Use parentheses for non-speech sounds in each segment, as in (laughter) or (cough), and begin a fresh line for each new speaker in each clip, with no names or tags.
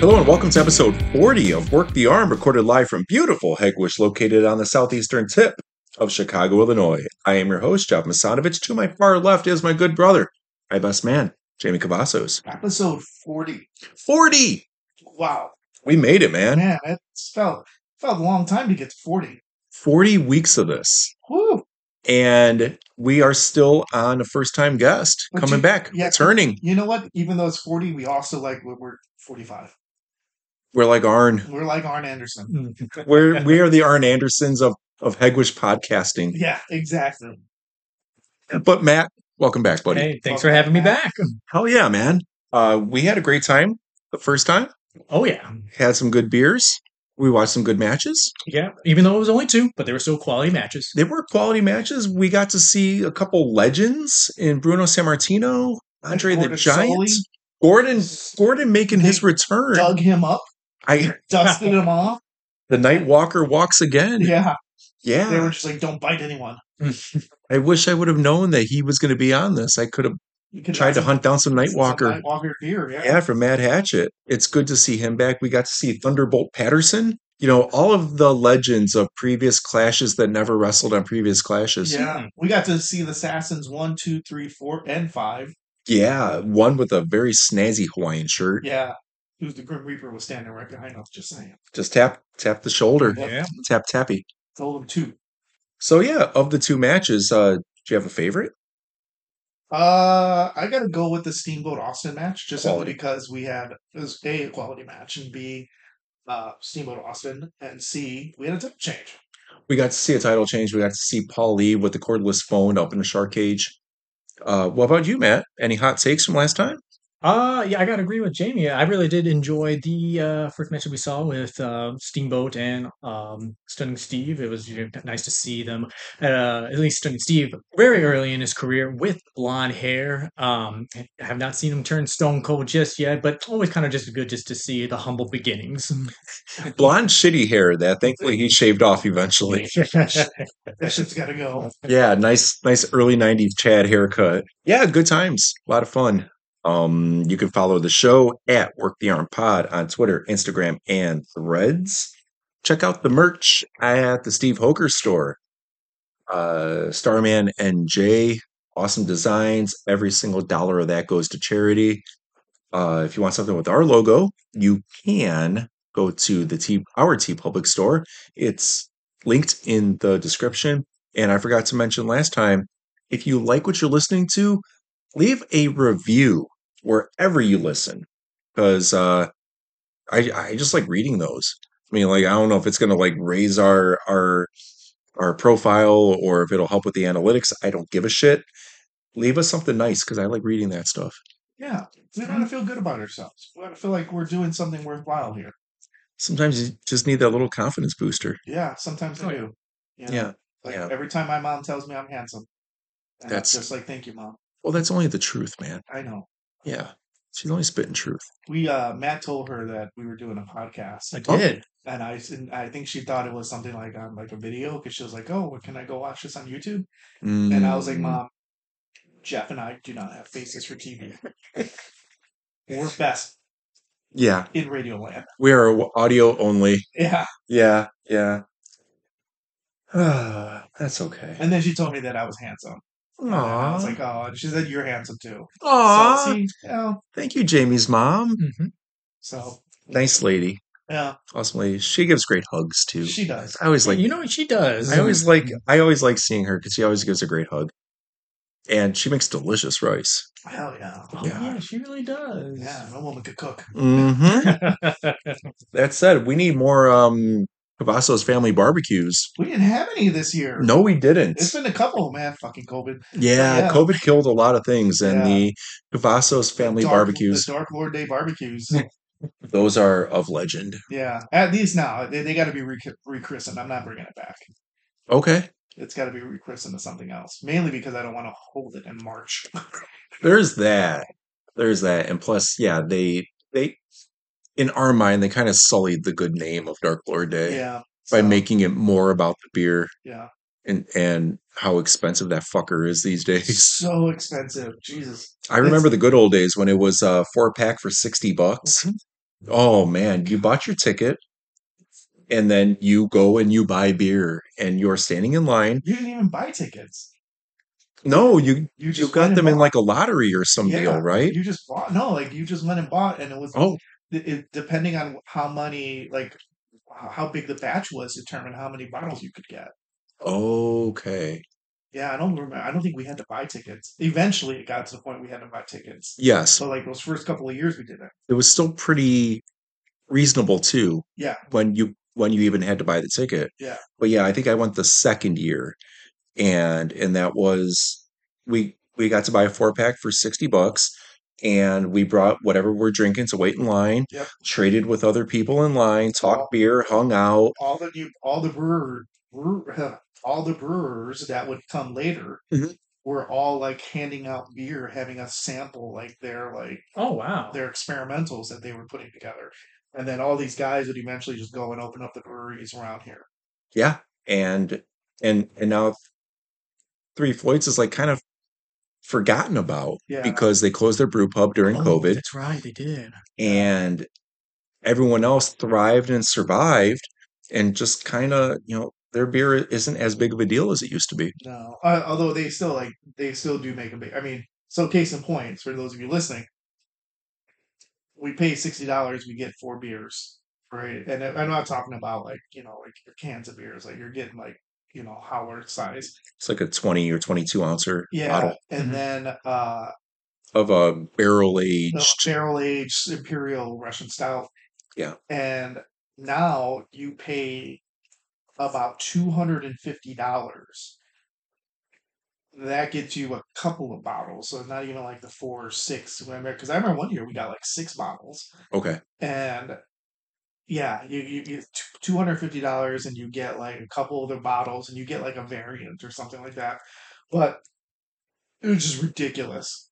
Hello and welcome to episode 40 of Work the Arm, recorded live from beautiful Hegwish, located on the southeastern tip of Chicago, Illinois. I am your host, Jeff Masanovich. To my far left is my good brother, my best man, Jamie Cavazos.
Episode 40.
40!
Wow.
We made it, man.
Man, it felt, felt a long time to get to 40.
40 weeks of this.
Woo.
And we are still on a first time guest
But
coming
you-
back,
yeah.
returning.
You know what? Even though it's 40, we also like we're, we're 45.
We're like Arn.
We're like Arn Anderson.
Mm-hmm.
We're, we are the Arn Andersons of, of Hegwish podcasting.
yeah, exactly.
But Matt, welcome back, buddy.
Hey, thanks for having me back.
Hell yeah, man. Uh, we had a great time the first time,
Oh yeah,
had some good beers. We watched some good matches.
yeah. Even though it was only two, but they were still quality matches.
They were quality matches. We got to see a couple legends in Bruno Sammartino, Andre the
Gordon
Giant,
Soley.
Gordon Gordon making his
They
return.
Dug him up,
I (laughs)
dusted him off.
the Night Walker walks again. Yeah.
Yeah. They were just like, don't bite anyone.
I wish I would have known that he was going to be on this. I could have
You could
tried to
some-
hunt down some Night
some
Walker.
Nightwalker beer. Yeah.
Yeah, from Mad Hatchet. It's good to see him back. We got to see Thunderbolt Patterson. You know, all of the legends of previous clashes that never wrestled on previous clashes.
Yeah. We got to see the Assassins one, two, three, four, and 5.
Yeah, one with a very snazzy Hawaiian shirt.
Yeah. Who's the Grim Reaper was standing right behind us, just saying.
Just tap tap the shoulder.
Yeah.
Tap tappy.
Told him two.
So yeah, of the two matches, uh, do you have a favorite?
Uh, I gotta go with the Steamboat Austin match just simply
Quality.
because we had it was a a quality match and B, uh, Steamboat Austin and C we had a title change.
We got to see a title change. We got to see Paul Lee with the cordless phone up in a shark cage. Uh, what about you, Matt? Any hot takes from last
(laughs)
time?
Uh yeah, I gotta agree with Jamie. I really did enjoy the uh, first match that we saw with uh, Steamboat and um, Stunning Steve. It was you know, nice to see them uh, at least Stunning Steve very early in his career with blonde hair. Um, I have not seen him turn stone cold just yet, but always kind of just good just to see the humble beginnings.
Blonde shitty hair that thankfully he shaved off eventually.
(laughs)
That shit's gotta go.
Yeah, nice, nice early '90s Chad haircut. Yeah, good times, a lot of fun. Um, you can follow the show at Work the Arm Pod on Twitter, Instagram, and Threads. Check out the merch at the Steve Hoker store. Uh, Starman and Jay, awesome designs. Every single dollar of that goes to charity. Uh, if you want something with our logo, you can go to the T our T Public store. It's linked in the description. And I forgot to mention last time if you like what you're listening to, leave a review wherever you listen because uh, I, I just like reading those. I mean, like, I don't know if it's going to like raise our, our, our profile or if it'll help with the analytics. I don't give a shit. Leave us something nice because I like reading that stuff.
Yeah, we gotta feel good about ourselves. We gotta feel like we're doing something worthwhile here.
Sometimes you just need that little confidence booster.
Yeah, sometimes I
Oh, yeah.
do. You know,
Yeah.
like
yeah.
every time my mom tells me I'm handsome, and
That's-
that's just like thank you, mom.
Well, that's only the truth, man.
I know.
Yeah. She's only spitting truth.
We uh Matt told her that we were doing a podcast.
I did.
and I s- and I think she thought it was something like on like a video because she was like, "Oh, well, can I go watch this on YouTube?" And I was like,
Mm.
"Mom, Jeff and I do not have faces for TV. We're best
Yeah.
in radio land." (laughs)
We are audio only.
Yeah.
Yeah, yeah. (sighs) That's okay.
And then she told me that I was handsome. And I was
Aw.
like, "Oh," and she said, "You're handsome too."
Aw.
So, see, yeah.
Thank you, Jamie's mom.
Mhm.
So
Nice lady.
yeah,
Awesome lady. She gives great hugs too.
she does.
I always like
you know what she does.
I always like I always like seeing her because she always gives a great hug. And she makes delicious rice.
Hell yeah.
Oh,
Yeah.
yeah. she really does.
Yeah, no woman could cook.
hmm that said, we need more um Cavasso's family barbecues.
We didn't have any this year.
No, we didn't.
It's been a couple, man. Fucking COVID.
Yeah,
yeah.
COVID killed a lot of things, and the Cavasso's family
Dark-
barbecues,
The Dark Lord Day
(laughs)
barbecues.
those are of legend.
Yeah, at least now they, they got to be re- rechristened. I'm not bringing it back.
Okay.
It's got to be rechristened to something else, mainly because I don't want to hold it in March. (laughs)
there's that there's that and plus yeah they they in our mind they kind of sullied the good name of dark lord day
yeah,
by
so,
making it more about the beer
yeah
and and how expensive that fucker is these (laughs) days
so expensive. Jesus,
i remember the good old days when it was a four pack for 60 bucks
Mm-hmm.
Oh man, you bought your ticket and then you go and you buy beer and you're standing in line.
You didn't even buy tickets.
No, you
You
you
just
got
went
them
and
in
bought.
like a lottery or some
Yeah,
deal, right?
You just bought no, like you just went and bought, and it was
Oh,
it, it- depending on how many like h- how big the batch was determined how many bottles you could get.
okay.
Yeah, I don't remember. I don't think we had to buy tickets. Eventually, it got to the point we had to buy tickets.
Yes,
So like those first couple of years, we did it.
it was still pretty reasonable too
Yeah,
when you when you even had to buy the ticket.
Yeah.
But yeah, I think I went the second year and and that was we we got to buy a four pack for 60 bucks and we brought whatever we're drinking to wait in line
Yep.
traded with other people in line talked
Wow.
beer hung out
all the new all the brewer, brewer (laughs) all the brewers that would come later
Mhm.
were all like handing out beer, having us sample like their like
(laughs) Oh wow.
their experimentals that they were putting together. And then all these guys would eventually just go and open up the breweries around here.
yeah and and and now three floyds is like kind of forgotten about
Yeah.
because they closed their brew pub during
Oh,
covid
That's right, they did.
and everyone else thrived and survived and just kind of you know their beer isn't as big of a deal as it used to be
No, uh, although they still like they still do make a big. I mean, so case in point for those of you listening, we pay sixty dollars, we get four beers, right? And I- I'm not talking about like you know like your cans of beers, like you're getting like you know Howard size,
it's like a 20 or 22 ouncer
yeah.
bottle
And
Mhm.
then uh,
of a barrel
the
aged.
barrel aged imperial Russian stout,
Yeah.
And now you pay about two hundred and fifty dollars. that gets you a couple of bottles. So it's not even like the four or six. Because I remember one year we got like six bottles.
Okay.
And yeah, you, you get $250 and you get like a couple of the bottles and you get like a variant or something like that. But it was just ridiculous.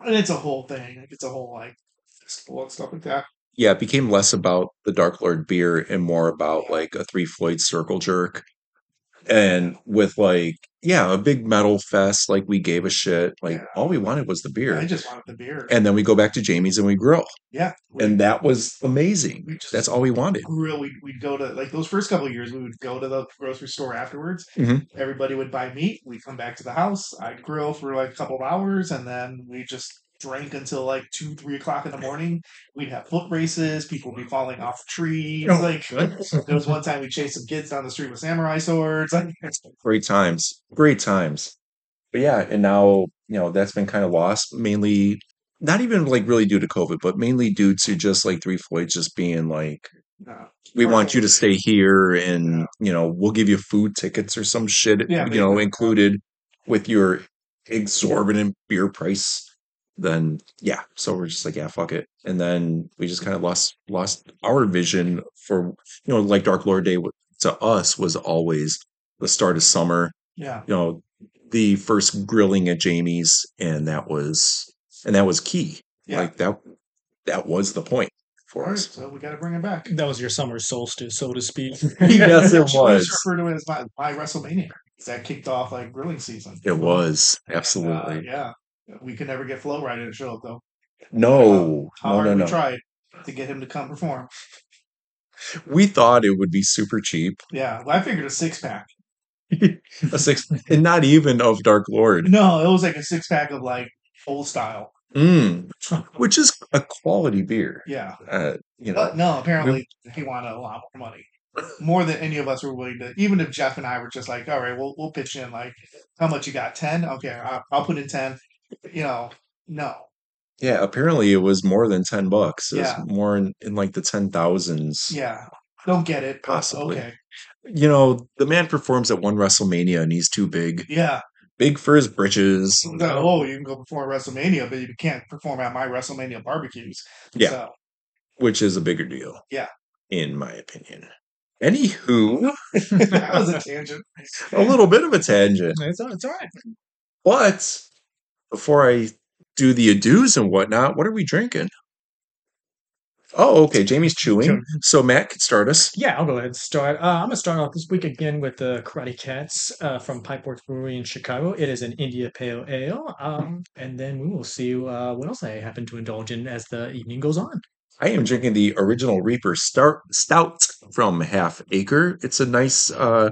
And it's a whole thing. Like, it's a whole like festival and stuff like that.
Yeah, it became less about the Dark Lord beer and more about
Yeah.
like a three Floyd circle jerk. And with like, yeah, a big metal fest, like we gave a shit. Like
Yeah.
all we wanted was the beer.
I just wanted the beer.
and then we go back to Jamie's and we grill.
yeah. we-
And that was amazing.
we just-
That's all we wanted.
grill. We'd, we'd go to like those first couple of years. We would go to the grocery store afterwards.
Mhm.
Everybody would buy meat. We'd come back to the house. I'd grill for like a couple of hours, and then we just drank until like two, three o'clock in the morning. We'd have foot races. People would be falling off trees.
Oh,
like there was one time we chased some kids down the street with samurai swords. (laughs) Like
Great times. Great times. But yeah, and now, you know, that's been kind of lost mainly not even like really due to COVID, but mainly due to just like three Floyds just being like
no.
we
Or
want you to stay
something.
here and
Yeah.
you know we'll give you food tickets or some shit
Yeah,
you know
basically.
included with your exorbitant beer price then yeah so we're just like yeah fuck it and then we just kind of lost lost our vision for you know like dark lord day wa- to us was always the start of summer
yeah,
you know the first grilling at jamie's and that was and that was key
yeah.
like that that was the point
All
for
right,
us
so we got to bring it back.
(laughs) That was your summer solstice, so to speak.
(laughs) Yes,
(laughs)
it
Which
was.
referred to as my, my WrestleMania. 'cause That kicked off like grilling season.
It was
And, uh,
absolutely
yeah. We could never get Flo Rida to show up though.
no,
How
no,
hard
no,
we
no.
tried to get him to come perform.
We thought it would be super
(laughs)
cheap,
Yeah. Well, I figured a six pack.
a six, and not even of Dark Lord,
No, it was like a six pack of like old style.
mm,
(laughs)
which is a quality beer.
Yeah.
Uh, you know,
But no, apparently he wanted a lot more money. More than any of us were willing to. Even if Jeff and I were just like, all right, we'll we'll pitch in like how much you got? Ten? Okay, I'll, I'll put in ten. You know, no.
yeah. Apparently, it was more than ten bucks. It
Yeah.
was more in, in like the ten thousands.
Yeah. Don't get it. but
Possibly.
Okay.
You know, the man performs at one WrestleMania and he's too big,
Yeah.
big for his britches.
So, oh, you can go perform at WrestleMania, but you can't perform at my WrestleMania barbecues.
Yeah.
So,
which is a bigger deal.
Yeah.
in my opinion. Anywho,
(laughs) that was a tangent.
a little bit of a tangent.
(laughs) it's, all- it's all right.
But before I do the adieus and whatnot, what are we drinking? Oh, okay. Jamie's chewing.
Chewing.
So Matt could start us.
Yeah, I'll go ahead and start. Uh, I'm gonna start off this week again with the Karate Cats uh, from Pipeworks Brewery in Chicago. It is an India Pale Ale, um, and then we will see uh, what else I happen to indulge in as the evening goes on.
I am drinking the original Reaper Stout Stout from Half Acre. It's a nice, uh,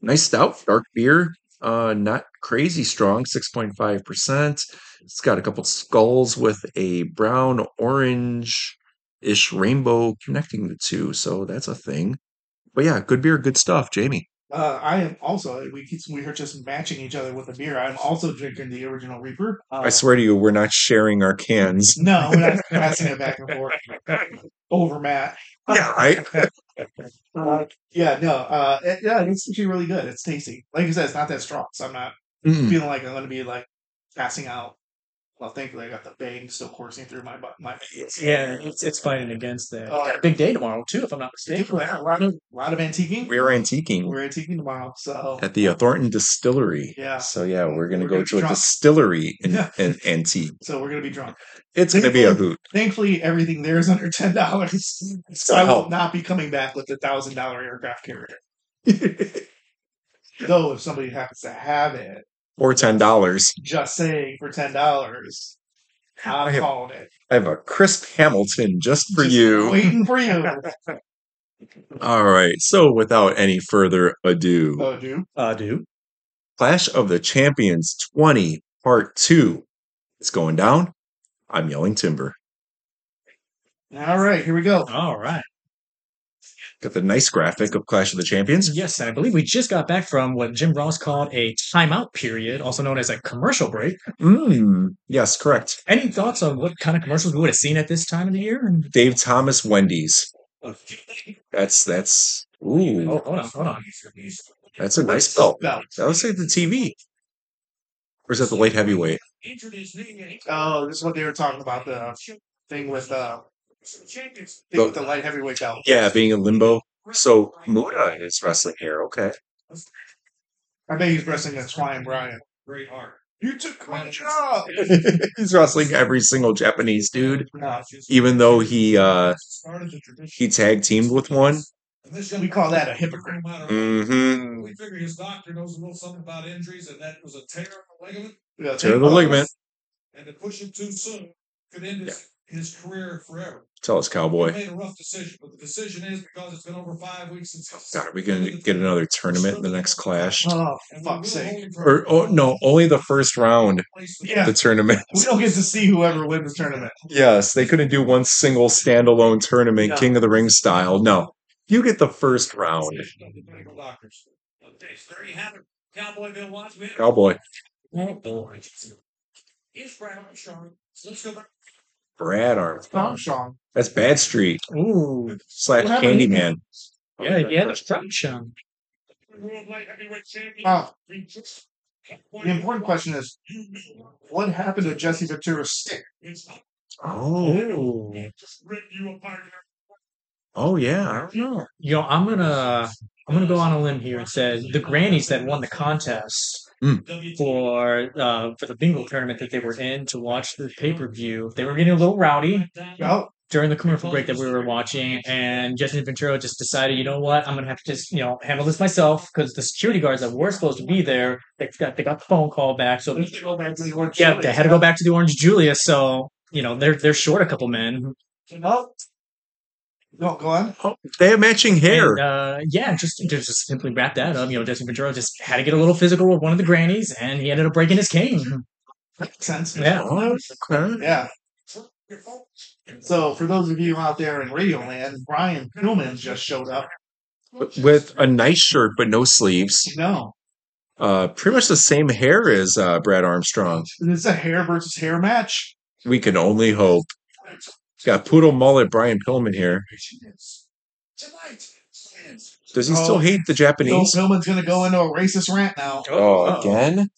nice stout, dark beer. Uh, not crazy strong, six point five percent. It's got a couple skulls with a brown orange ish rainbow connecting the two, so that's a thing. But yeah, good beer, good stuff, Jamie.
Uh, I am also we keep, we are just matching each other with a beer. I'm also drinking the original Reaper. Uh,
I swear to you, we're not sharing our cans.
No, we're not (laughs) passing it back and forth over Matt.
Yeah, right.
Uh, yeah, no. Uh, it- yeah, it's actually really good. It's tasty. Like you said, it's not that strong, so I'm not
Mm.
feeling like I'm going to be like passing out. Well, thankfully, I got the vein still coursing through my bu- my (laughs) veins.
Yeah, it's it's fighting against that.
Oh,
Got a big day tomorrow too, if I'm not mistaken.
Yeah, a lot of a lot of antiquing.
We are antiquing
We're antiquing tomorrow, so
at the uh, Thornton Distillery.
Yeah.
So yeah, we're gonna
We're
go
gonna
to a
drop-
distillery in,
Yeah.
in Antique.
so we're gonna be drunk.
It's gonna be a hoot.
Thankfully, everything there is under
(laughs)
ten dollars, so I
help.
will not be coming back with the thousand dollar
(laughs)
aircraft carrier. Though, if somebody happens to have it,
Or ten dollars.
just saying for ten dollars,
I
I'm
have-
calling it
I have a crisp Hamilton just for
Just
you.
Waiting for
(laughs)
you.
All right. So without any further ado,
Oh, dude.
Uh, do
Clash of the Champions 20 Part 2. It's going down. I'm yelling timber.
All right, here we go.
all right.
Got the nice graphic of Clash of the Champions.
Yes, and I believe we just got back from what Jim Ross called a timeout period, also known as a commercial break.
Mm, yes, correct.
Any thoughts on what kind of commercials we would have seen at this time of the year?
Dave Thomas Wendy's.
Oh,
That's that's ooh.
hold on, hold on.
That's a nice belt.
No.
That looks like the TV. Or is that the light heavyweight?
Oh, this is what they were talking about the thing with uh, thing
The-
with the light heavyweight belt.
Yeah, being in limbo. So Muda is wrestling here, okay. (laughs)
I bet he's wrestling against Ryan Bryan. Great heart. You took my job.
He's wrestling every single Japanese dude.
No,
Even though he uh
started the tradition.
he tag teamed with one.
We call that a hypocrite.
Mm-hmm.
We figure his doctor knows a little something about injuries, and that was a tear in the ligament,
Yeah,
Tear
take
the
both.
ligament.
and to push it too soon could end his, his career forever.
Tell us,
He
cowboy.
made a rough decision, but the decision is because it's been over five weeks since.
God, are we gonna get another tournament in the next clash?
Oh,
And we
fuck's
will
sake.
only
Or oh no, only the first round.
place the-
Yeah,
The tournament. (laughs)
we don't get to see whoever wins the tournament.
Yes, they couldn't do one single standalone tournament,
No.
King of the Ring style. No, you get the first round,
decision of the medical doctors. Okay, so there you have it. Cowboy Bill Watson.
cowboy.
Oh, boy. It's Brown and Sean. Let's go back.
Brad Armstrong.
Tom Strong.
That's Bad Street
Ooh,
slash
What happened?
Candyman.
yeah, yeah, that's Sean.
World Light Heavyweight Champion.
Oh, the
The
important question is what happened to Jesse Ventura's stick?
Oh,
Ooh.
oh yeah.
No, you know, I'm gonna I'm gonna go on a limb here and say the grannies that won the contest for uh, for the bingo tournament that they were in to watch the pay per view. They were getting a little rowdy
Oh,
during the commercial break that we were watching, and Justin Ventura just decided, you know what, I'm gonna have to just you know handle this myself because the security guards that were supposed to be there they got they got the phone call back, so yeah, they had to go back to the Orange Julius. So you know they're they're short a couple men.
Oh. No, go on.
Oh, they have matching hair.
And, uh, yeah, just to just simply wrap that up. You know, Justin Ventura just had to get a little physical with one of the grannies, and he ended up breaking his cane.
Makes sense.
Yeah,
Oh, okay.
Yeah. So, for those of you out there in Radio Land, Brian Pillman just showed up.
With a nice shirt but no sleeves.
No,
Uh, pretty much the same hair as uh, Brad Armstrong.
it's a hair versus hair match.
We can only hope. Got poodle mullet Brian Pillman here.
Tonight, fans,
Does he
Oh.
still hate the
Bill
Japanese?
Pillman's going to go into a racist rant now.
Oh,
Uh-oh.
again?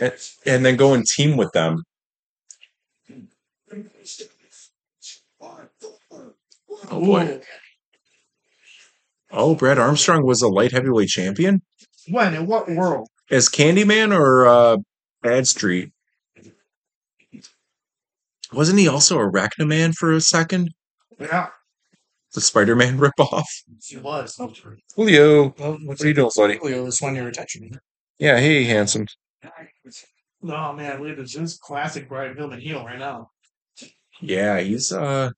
late.
And then go and team with them.
Five, four,
Oh boy. Oh, Brad Armstrong was a light heavyweight champion
Ooh. When? In what world?
as Candyman or uh, Bad Street. Wasn't he also Arachnoman for a second?
Yeah,
The Spider-Man (laughs) ripoff.
he was.
Julio,
Well,
what
what's
are you doing, buddy?
Julio just wanted your attention.
Yeah, hey, handsome.
Oh, man, we this is classic Brian Pillman heel right now.
Yeah, he's uh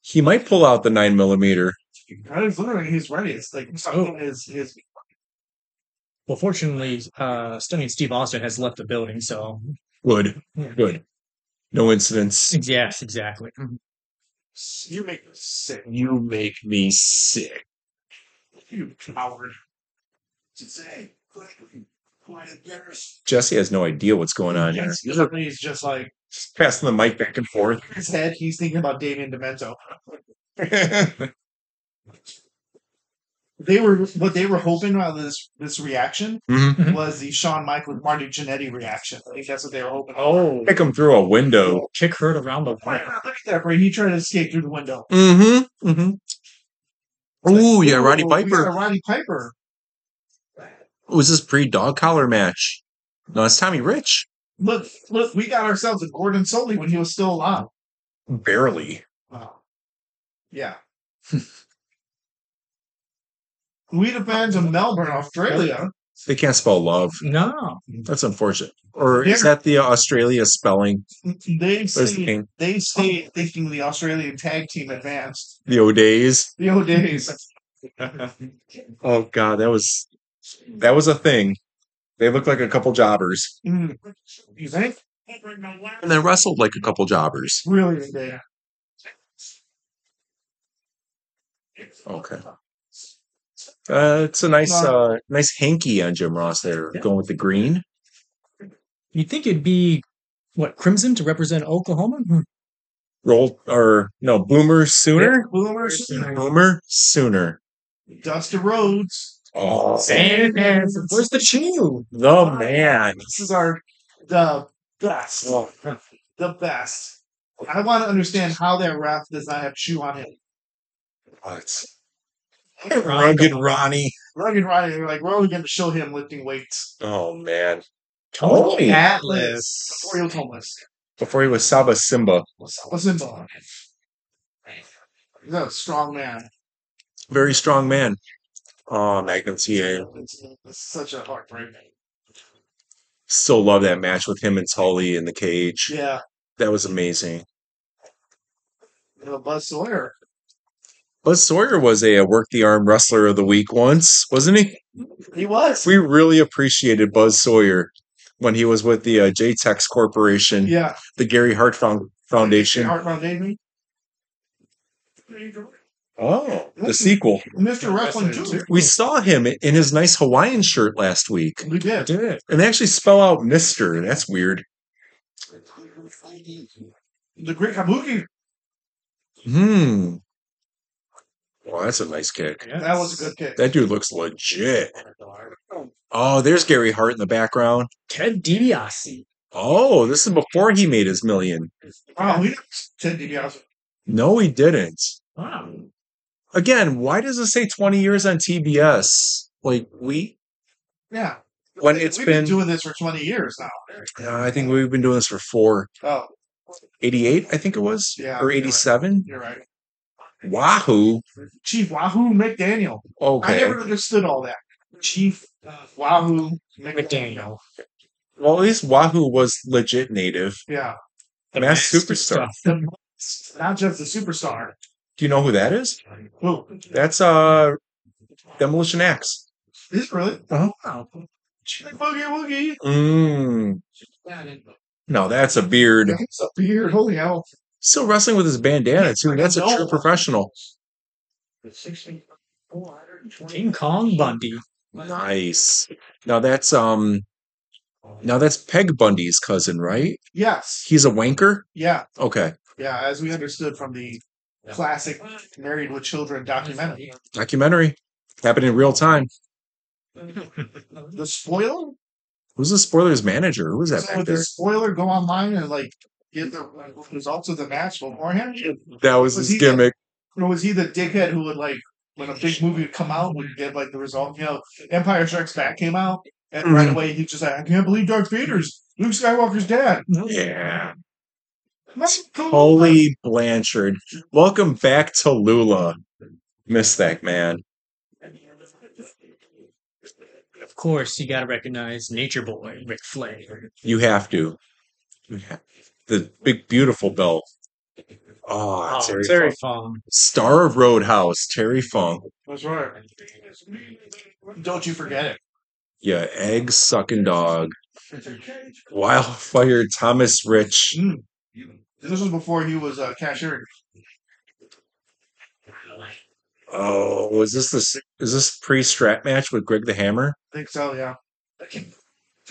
he might pull out the nine millimeter.
I was literally he's ready. It's like
Oh.
something is is
Well, fortunately, uh, Stunning Steve Austin has left the building, so (laughs)
Good.
Yeah.
Good. No incidents.
yes, exactly. Mm-hmm.
you make me sick.
You make me sick.
You coward.
to say, quite embarrassed.
Jesse has no idea what's going on here.
Yes, literally, he's just like
He's passing the mic back and forth. (laughs)
in his head. He's thinking about Damien Demento.
Mm-hmm.
They were what they were hoping about this this reaction
Mhm.
Mhm.
was the Shawn Michaels Marty Jannetty reaction. I think that's what they were hoping.
Oh,
Kick him through a window.
kick her around
Oh,
the
Look
way.
at that, Brady. He tried to escape through the window.
Mm-hmm. Mm-hmm. Ooh, yeah, Roddy
Oh, we
Piper.
got Roddy Piper.
It was this pre dog collar match. No, it's Tommy Rich.
Look, look, we got ourselves a Gordon Soley when he was still alive.
Barely.
Wow.
(laughs)
Yeah. we the fans of Melbourne, Australia.
They can't spell love.
No,
That's unfortunate. Or is that the uh, Australia spelling?
They
There's the
stayed,
thing.
they stayed thinking the Australian tag team advanced.
The O'Days.
The old days.
Oh god, that was that was a thing. They looked like a couple jobbers.
Mm, you think?
And then wrestled like a couple jobbers.
Really the day.
Okay. Uh, it's a nice uh nice hanky on Jim Ross there,
Yeah.
going with the green.
you'd think it'd be what crimson to represent Oklahoma. Hmm.
Roll or no, boomer sooner.
Boomer,
Boomer sooner.
Dusty Rhodes.
Oh
Where's the chew?
the man.
This is our the best. The best. I want to understand how that ref does not have shoe on him.
What? Rugged Ronnie.
Rugged Ronnie, they're like, we're only going to show him lifting weights.
Oh man.
Tony
Tony.
Atlas.
Oriole Thomas.
Before he was Saba Simba.
What's in ball? He's a strong man.
Very strong man. Oh, Magnum TA.
It's, it's such a heartbreak.
So love that match with him and Tully in the cage.
Yeah.
That was amazing.
You know, Buzz Sawyer.
Buzz Sawyer was a, uh, work the arm wrestler of the week once, wasn't he?
He was.
We really appreciated Buzz Sawyer when he was with the uh, JTEX Corporation,
Yeah.
the Gary Hart Found- Foundation.
Hart Foundation.
Oh, the sequel.
Mr. Wrestling too.
We saw him in his nice Hawaiian shirt last week.
We did.
Did it.
And they actually spell out Mister. That's weird.
The Great Kabuki.
Hmm. Well, that's a nice kick.
Yeah.
That was a good kick.
That dude looks legit. Oh, there's Gary Hart in the background.
Ted DiBiase.
Oh, this is before he made his million.
Wow, we Ted DiBiase.
No, he didn't.
Wow.
Again, why does it say 20 years on TBS? Like we,
Yeah.
When it's
We've
been-
doing this for 20 years now.
uh, I think we've been doing this for four.
Oh,
88, I think it was,
Yeah,
or
you're right.
87.
you're right.
Wahoo.
Chief Wahoo McDaniel. I
Okay.
never understood all that. Chief uh, Wahoo
McDaniel.
Well, at least Wahoo was legit native.
Yeah.
Mass
master
superstar.
stuff.
The, not just the superstar.
Do you know who that is?
Who?
That's uh Demolition Axe.
Is it really?
Oh, Wow.
Like Boogie Woogie.
Mm. No, that's a beard.
That's a beard. Holy hell.
Still wrestling with his bandana too. That's a true professional.
King Kong Bundy.
Nice. Now that's um now that's Peg Bundy's cousin, right?
Yes.
He's a wanker?
Yeah.
Okay.
Yeah. As we understood from the classic Married with Children documentary.
Documentary. Happened in real time.
The spoiler?
Who's the spoilers manager? Who was that
So
back
would
there?
the spoiler go online and like get the results of the match beforehand?
That was his
was he the-
gimmick.
Or was he the dickhead who would like when a big movie would come out would get like the result? You know, Empire Strikes Back came out and right
Mhm.
away he's just like, I can't believe Darth Vader's Luke Skywalker's dad.
Yeah.
That's cool.
Holy Blanchard. Welcome back to Lula. Miss that man.
Of course, you got to recognize Nature Boy, Ric Flair.
You have to. You ha- The big beautiful bill. Oh,
Oh,
Terry,
Terry
Funk.
Funk.
Star of Roadhouse, Terry Funk.
That's right. Don't you forget it.
Yeah, egg sucking dog. Wildfire Thomas Rich.
Mm. This was before he was uh, cashier.
Oh, was this this is this pre strap match with Greg the Hammer?
I think so, yeah.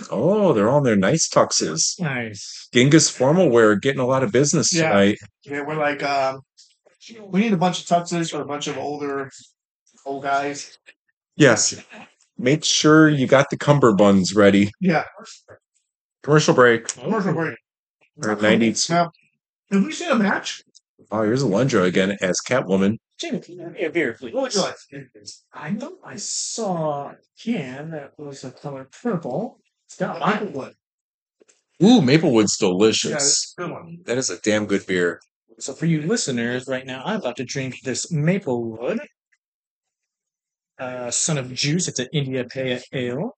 Oh, they're all in their nice tuxes.
Nice.
Genghis formal wear getting a lot of business
Yeah.
tonight.
Yeah, we're like, um, we need a bunch of tuxes or a bunch of older old guys.
Yes. Make sure you got the cummerbunds ready.
Yeah,
Commercial break.
commercial break.
Or
Uh-huh.
90s.
Now, have we seen a match?
Oh, here's Alundra again as Catwoman.
Jamie, can you have me a beer, please?
What would you like?
I thought I saw a can that was a color purple. It's got
Michael
mine.
Wood.
Ooh, Maplewood's
Yeah,
delicious.
that's a good one.
That is a damn good beer.
So for you listeners, right now I'm about to drink this Maplewood. Uh, son of juice. It's an India Pale Ale.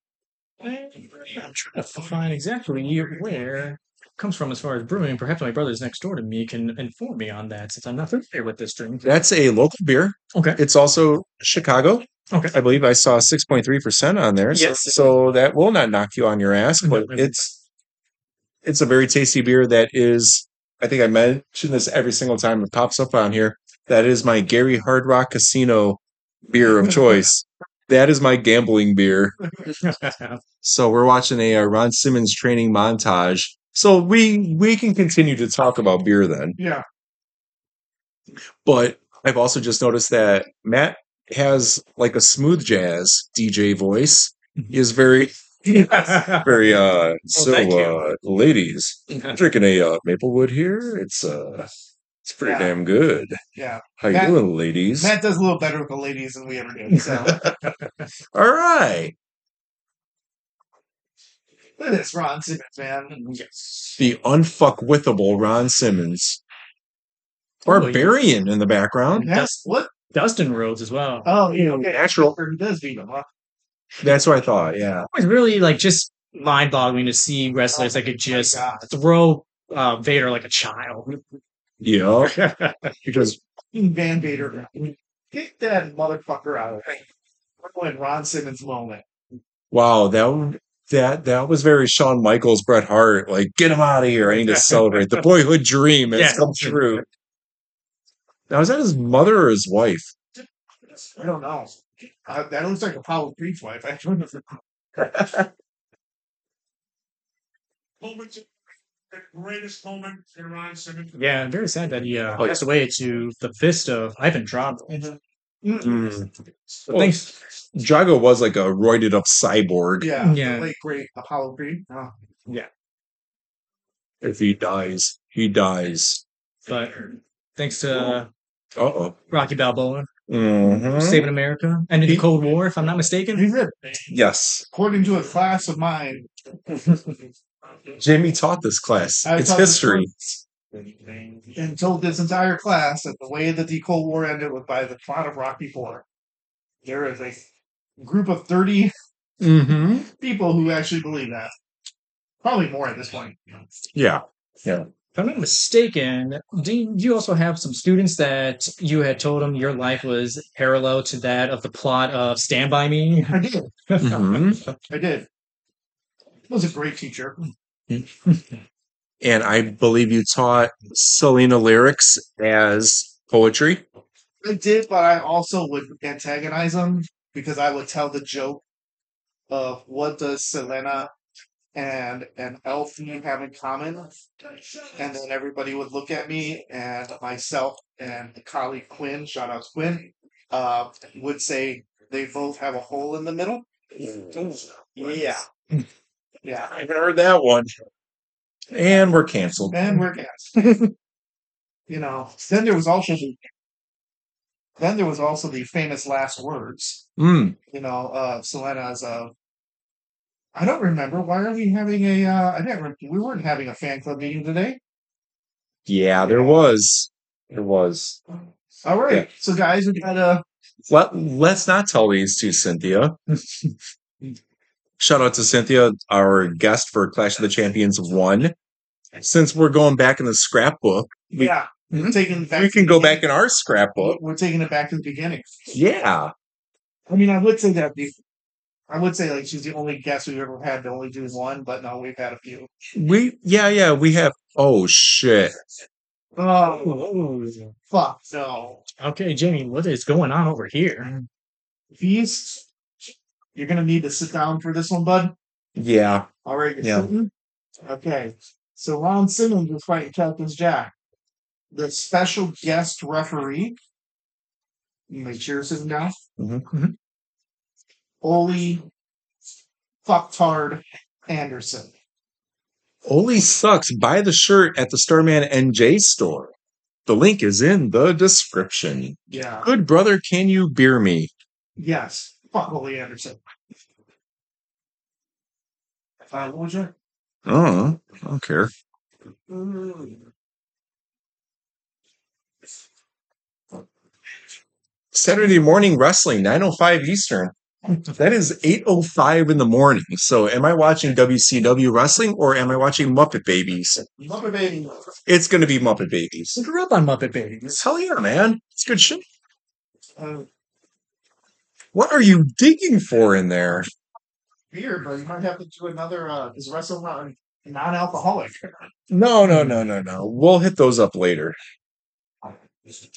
And I'm trying to find exactly where it comes from as far as brewing. Perhaps my brothers next door to me can inform me on that since I'm not familiar with this drink.
That's a local beer.
Okay.
It's also Chicago.
Okay. (laughs)
I believe I saw 6.3% on there. So,
Yes.
so that will not knock you on your ass,
No,
but
no.
it's it's a very tasty beer that is I think I mention this every single time it pops up on here. That is my Gary Hard Rock Casino beer of choice.
(laughs)
that is my gambling beer. So we're watching a uh, Ron Simmons training montage. So we we can continue to talk about beer then.
Yeah,
But I've also just noticed that Matt has like a smooth jazz DJ voice.
Mm-hmm.
He is
(laughs)
very very uh
Oh,
so
thank you.
uh ladies drinking a uh, Maplewood here. It's uh it's pretty
Yeah.
damn good.
yeah.
How you
Matt-
doing, ladies?
Matt does a little better with the ladies than we ever do. So
All right.
look at this, Ron Simmons, man.
yes.
The unfuckwithable Ron Simmons.
Oh, yeah.
Barbarian in the background.
Yes. What?
Dustin Rhodes as well.
Oh, yeah. Okay.
Natural.
He does beat him. Huh? Mm-hmm.
That's what I thought, yeah.
It was really like just mind boggling to see wrestlers
Oh
that could
my
just
God.
throw uh, Vader like a child.
Yeah.
(laughs)
Because
Van Vader, get that motherfucker out of there. We're in Ron Simmons moment.
wow, that w- that that was very Shawn Michaels, Bret Hart. Like, get him out of here. I need to celebrate. The boyhood dream has
Yeah.
(laughs)
come true. Now is that his mother or his wife?
I don't know. Uh, that looks like a Apollo Creed's wife. I don't know.
Moments, the greatest moment in Ron Simmons.
yeah, I'm very sad that he uh,
Oh, yeah.
passed away to the fist of Ivan Drago.
Mm.
But thanks.
Drago was like a roided up cyborg.
Yeah,
Yeah.
the late great Apollo Creed. Oh,
If he dies, he dies.
But thanks to uh,
Uh oh.
Rocky Balboa,
Mm-hmm.
saving America, ended the
Mm-hmm. He- Mm-hmm.
Cold War, if I'm not mistaken.
he did.
Yes.
According to a class of mine,
Jamie taught this class.
I
it's
taught this
history.
and told this entire class that the way that the Cold War ended was by the plot of Rocky Four. There is a group of thirty (laughs)
Mm-hmm.
people who actually believe that. Probably more at this point.
Yeah.
If I'm not mistaken, do you also have some students that you had told them your life was parallel to that of the plot of Stand By Me?
I did. Mm-hmm.
Mhm.
I did. He was a great teacher.
And I believe you taught Selena lyrics as poetry.
I did, but I also would antagonize him because I would tell the joke of what does Selena and an elf name have in common, and then everybody would look at me and myself and colleague Quinn, shout out to Quinn, uh, would say they both have a hole in the middle. Yeah, (laughs) yeah.
I heard that one. And we're canceled.
Man, we're gas. you know, then there was also the then there was also the famous last words.
Mm.
You know, uh, Selena's. Uh, I don't remember. Why are we having a? Uh, I didn't. Re- we weren't having a fan club meeting today.
Yeah, there was. There was.
All right.
Yeah.
So guys, we got a.
Let, let's not tell these to Cynthia. (laughs) Shout out to Cynthia, our guest for Clash of the Champions 1. Since we're going back in the scrapbook,
Yeah.
Mhm.
Taking it back
Mm-hmm. We
to
can
the
go
beginning.
back in our scrapbook.
We're taking it back to the beginning.
Yeah.
I mean, I would say that the, I would say like she's the only guest we've ever had to only do one, but no, we've had a few.
We yeah, yeah, we have oh shit.
Oh fuck no!
(laughs) Okay, Jamie, what is going on over here?
Feast, you're gonna need to sit down for this one, bud.
Yeah.
All right, you're
Yeah.
sitting? Okay, so Ron Simmons is fighting Captain Jack, the special guest referee. Make sure you're sitting down.
Mm-hmm.
Mhm.
Oli fucktard Anderson.
Oli sucks. Buy the shirt at the Starman NJ store. The link is in the description.
Yeah.
Good brother, can you beer me?
Yes. Fuck Ole Anderson. Uh, what was your?
Oh, I don't care. Saturday morning wrestling, 905 Eastern. That is 805 in the morning. So am I watching WCW wrestling or am I watching Muppet Babies?
Muppet Baby.
It's gonna be Muppet Babies.
I grew up on Muppet Babies.
Hell yeah, man. It's good shit.
Uh,
What are you digging for in there?
beer, but you might have to do another. Uh, is wrestling not non alcoholic?
No, no, no, no, no. We'll hit those up later.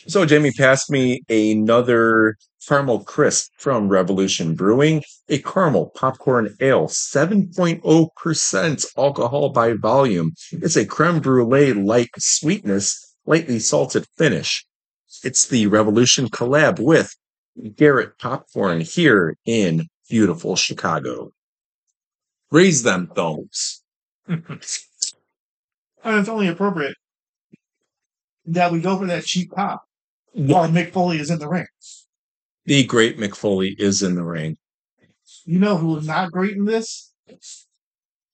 So Jamie passed me another caramel crisp from Revolution Brewing, a caramel popcorn ale, 7.0% alcohol by volume. It's a creme brulee like sweetness, lightly salted finish. It's the Revolution collab with Garrett Popcorn here in beautiful Chicago. Raise them thumbs.
And Uh, it's only appropriate that we go for that cheap pop while Mick Foley is in the ring.
The great McFoley is in the ring.
You know who is not great in this?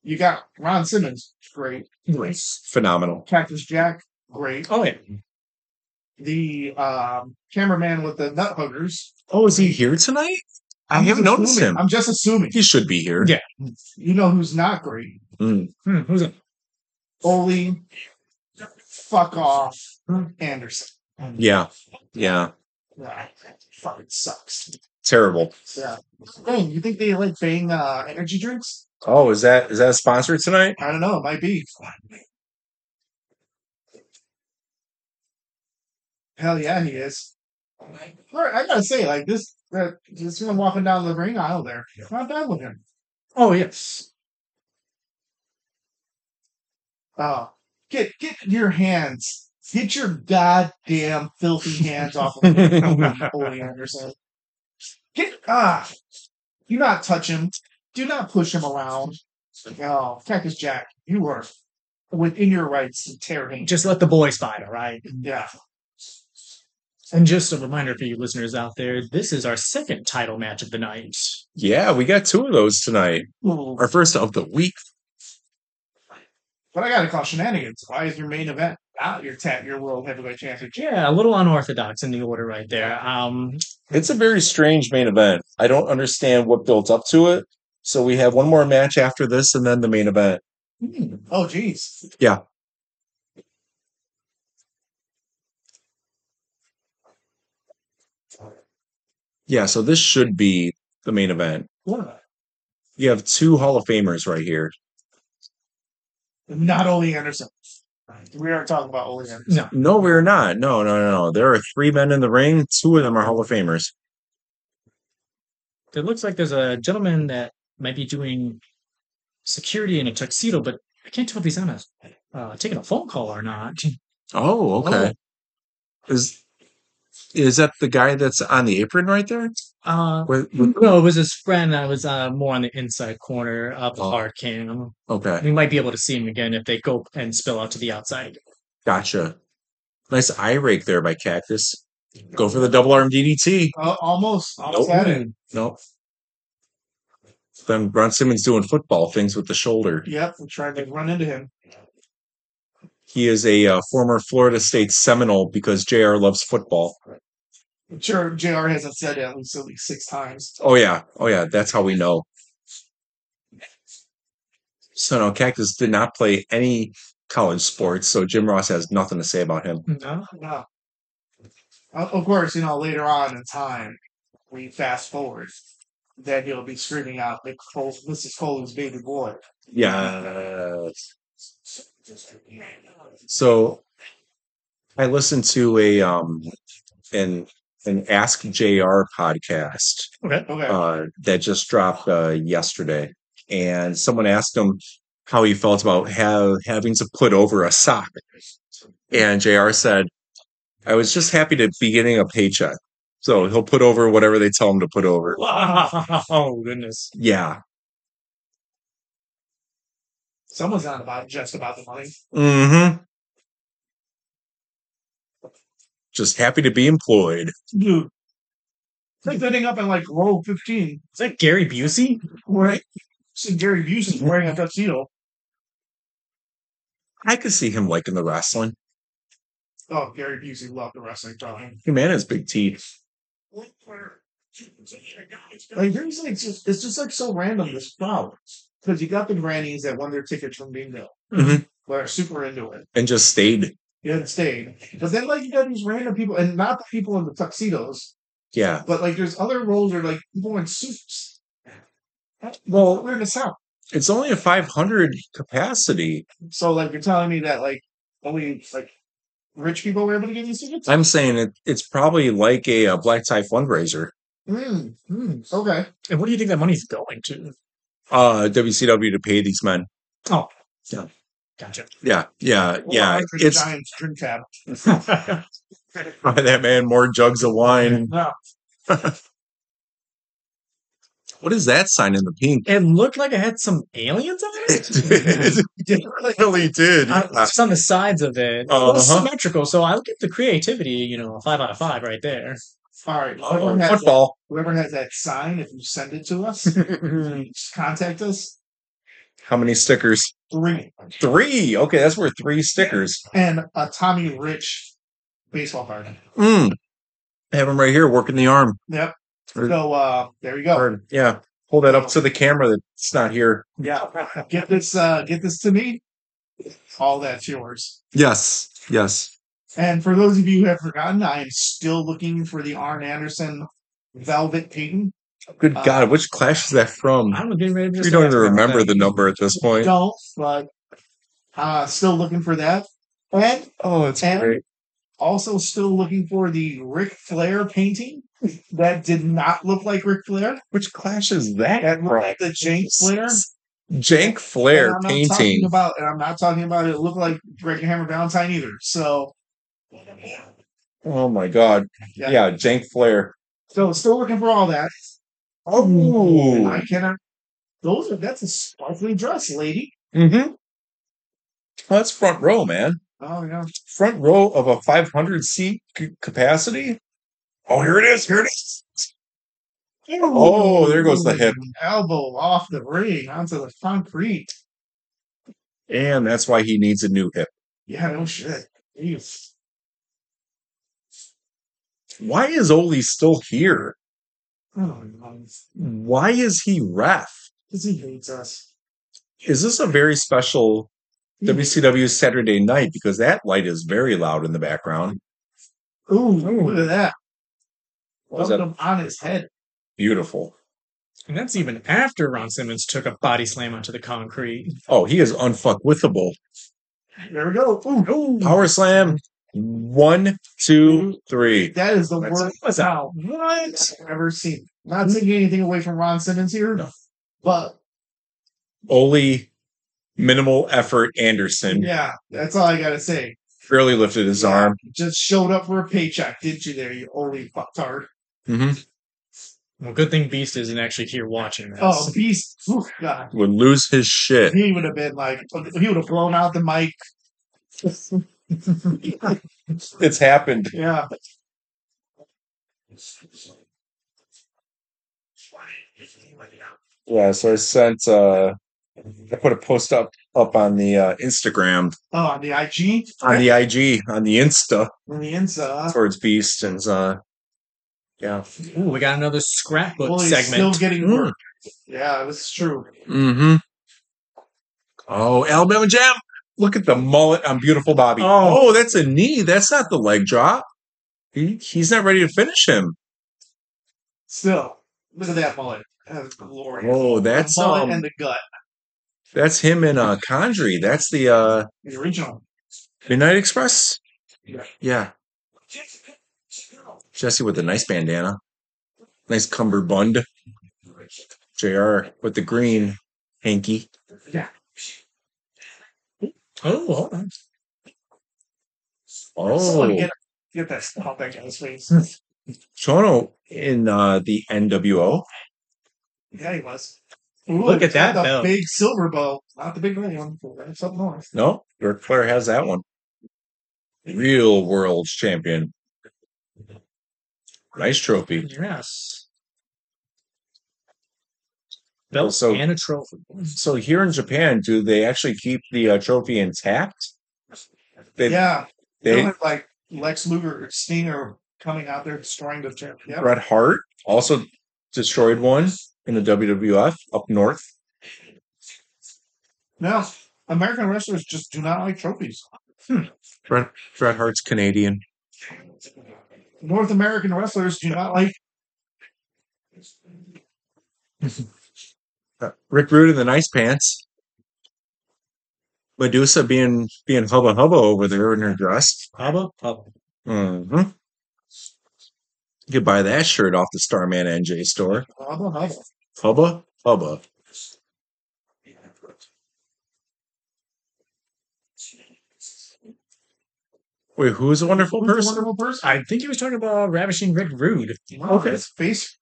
You got Ron Simmons, great.
Phenomenal.
Cactus Jack, great.
Oh yeah.
The um, cameraman with the nut huggers.
Oh, is he here tonight? I
I'm
haven't
just
noticed
assuming-
him.
I'm just assuming.
He should be here.
Yeah.
You know who's not great?
Mm.
Hmm, who's it?
Oli, fuck off, Anderson.
Yeah. Yeah.
Yeah, that fucking sucks.
Terrible.
Yeah. Dang, you think they like bang uh, energy drinks?
Oh, is that is that a sponsor tonight?
I don't know. It might be. Hell yeah, he is. All right, I gotta say, like this, that this man walking down the ring aisle there, not bad looking.
Oh yes.
Oh, get get your hands, get your goddamn filthy hands off of me, Ole Anderson. Get ah, do not touch him. Do not push him around. Oh, Cactus Jack, you are within your rights to tear him.
Just let the boys fight, all right?
Yeah,
And just a reminder for you listeners out there, this is our second title match of the night.
yeah, we got two of those tonight. Our first of the week.
but I gotta call shenanigans. Why is your main event not your ta- your world heavyweight championship?
Yeah, a little unorthodox in the order right there. Um
It's a very strange main event. I don't understand what built up to it. So we have one more match after this and then the main event.
Oh, jeez.
Yeah. Yeah, so this should be the main event.
Yeah.
You have two Hall of Famers right here.
Not Ole Anderson. We aren't talking about Ole Anderson.
no.
No, we're not. No, no, no. no. There are three men in the ring. Two of them are Hall of Famers.
It looks like there's a gentleman that might be doing security in a tuxedo, but I can't tell if he's on a uh, taking a phone call or not.
Oh, okay. Oh. Is is that the guy that's on the apron right there?
Uh
With- with-
no, it was his friend that was uh, more on the inside corner of the
Oh.
hard cam.
Okay,
We might be able to see him again if they go and spill out to the outside.
gotcha. Nice eye rake there by Cactus. Go for the double arm DDT.
Uh, almost.
Nope.
Almost had it.
Nope. Then Ron Simmons doing football things with the shoulder.
Yep, we're trying to run into him.
He is a uh, former Florida State Seminole because JR loves football.
I'm sure JR hasn't said it at least at least six times.
Oh yeah, oh yeah, that's how we know. So no, Cactus did not play any college sports, so Jim Ross has nothing to say about him.
(laughs) No.
Wow. Of uh, of course, you know, later on in time, we fast forward, then he'll be screaming out Nick Cole, Mrs. Cole's baby boy.
Yeah. So I listened to a um an an Ask JR podcast
Okay.
Okay.
uh, that just dropped uh, yesterday, and someone asked him how he felt about have, having to put over a sock, and Jr. said, "I was just happy to be getting a paycheck, so he'll put over whatever they tell him to put over."
Wow, Oh, goodness.
Yeah,
Someone's not about just about the money.
mm-hmm. Just happy to be employed.
Dude. It's like ending up in like row 15.
Is that Gary Busey?
Right. See Gary Busey's wearing a tuxedo.
I could see him liking the wrestling.
Oh, Gary Busey loved the wrestling talking.
Hey man has big teeth.
Like, there's like, just, it's just like so random, this crowd. Because you got the grannies that won their tickets from Bingo,
Mhm.
but are super into it.
and just stayed.
You understand? But then, like, you got these random people, and not the people in the tuxedos,
Yeah.
but like, there's other roles where like people in suits. Well, we're in the South.
It's only a 500 capacity.
So, like, you're telling me that, like, only like rich people were able to get these tickets?
I'm saying it, it's probably like a, uh black tie fundraiser.
Mm,
Hmm.
okay.
And what do you think that money's going to?
Uh, WCW to pay these men.
Gotcha.
Yeah, yeah, yeah.
Well,
It's (laughs)
Giants drink tab.
buy that man more jugs of wine.
No.
(laughs) What is that sign in the pink?
it looked like it had some aliens on
It (laughs)
(laughs) it.
did. It really did.
Uh, just on the sides of it. It was
Uh-huh.
symmetrical, so I'll give the creativity, you know, a five out of five right
(laughs)
there.
All right. Whoever,
Oh,
has that,
football.
whoever has that sign, if you send it to
(laughs)
us, just contact us.
How many stickers?
Three
Three. Okay, that's worth three stickers.
and a Tommy Rich baseball card.
Mm. I have him right here, working the arm.
Yep.
Or-
So uh, there you go.
or- yeah. Hold that up to the camera that's not here.
Yeah, get this, uh, get this to me. All that's yours.
Yes. Yes.
And for those of you who have forgotten, I am still looking for the Arn Anderson Velvet Payton. Uh,
Good God, which clash is that from?
I was getting ready to
We
just
don't
say
even
that.
remember the number at this point.
Don't, but uh, still looking for that. And
Oh, it's
And-
great.
also still looking for the Ric Flair painting that did not look like Ric Flair.
Which clash is that?
That looked
from?
like the Jane Flair.
Jank
And
Flair
I'm not talking
painting.
about, and I'm not talking about it looked like Greg Hammer Valentine either. So
oh my God.
yeah.
Yeah, Jank Flair.
So still looking for all that.
Oh.
I cannot. Those are that's a sparkly dress, lady.
Mm-hmm. That's front row, man.
Oh yeah.
Front row of a 500 seat c- capacity. Oh, here it is. Here it is. Oh, there goes the hip.
Elbow off the ring onto the concrete.
And that's why he needs a new hip.
Yeah, no shit. Jeez.
Why is Oli still here?
Oh, no.
Why is he ref?
Because he hates us.
Is this a very special WCW Saturday night because that light is very loud in the background.
Ooh, look at that.
What was
Dumped him on his head.
Beautiful.
And that's even after Ron Simmons took a body slam onto the concrete.
Oh, he is unfuckwithable.
There we go. Ooh,
Oh,
Power slam. One, two, three.
that is the
That's-
worst
what's that?
foul I've ever seen. Not taking anything away from Ron Simmons here,
No.
but
Oli, minimal effort. Anderson
yeah, that's all I gotta say.
barely lifted his arm.
Just showed up for a paycheck, didn't you? There, you only fucktard.
Mhm.
Well, good thing Beast isn't actually here watching this.
Oh, beast! Ooh, God,
Would lose his shit.
he would have been like, he would have blown out the mic.
It's happened.
Yeah,
Yeah. So I sent. uh I put a post up up on the uh, Instagram,
oh, on the IG,
on the IG, on the Insta
on the Insta.
towards Beast and uh yeah.
Ooh, we got another scrapbook
Well, he's still
segment.
getting work. Yeah, that's true.
Mm-hmm. Oh, Alabama Jam. Look at the mullet on beautiful Bobby.
Oh.
Oh, that's a knee. That's not the leg drop. He, he's not ready to finish him.
Still, look at that mullet. That's glorious.
Oh,
the
that's
mullet
um,
and the gut.
that's him in uh, Conjury. That's the uh,
The original.
Midnight Express.
Yeah.
Yeah, Jesse with a nice bandana, nice cummerbund. Jr. with the green hanky.
Oh, hold on.
Oh,
Someone get, get that stomp that guy's face.
Hmm.
Chono in uh, the NWO.
yeah, he was.
Look at
it's got
that
The
belt.
big silver bow. Not the big red one. That's up north.
No, Ric Flair has that one. Real world champion. Nice trophy.
Yes. Belt
So-
and a trophy.
So here in Japan, do they actually keep the uh, trophy intact? They,
yeah. They
they
have like Lex Luger, Stinger coming out there destroying the champ. Yep.
Bret Hart also destroyed one in the WWF up north.
No, American wrestlers just do not like trophies.
Bret, Bret Hart's Canadian.
North American wrestlers do not like.
Uh, Rick Rude in the nice pants. Medusa being being hubba hubba over there in her dress.
Hubba, hubba.
hmm You could buy that shirt off the Starman NJ store.
Hubba, hubba.
Hubba, hubba. Wait, who's a wonderful
Who's a
person?
wonderful person.
I think he was talking about ravishing Rick Rude.
Wow,
Okay.
his face.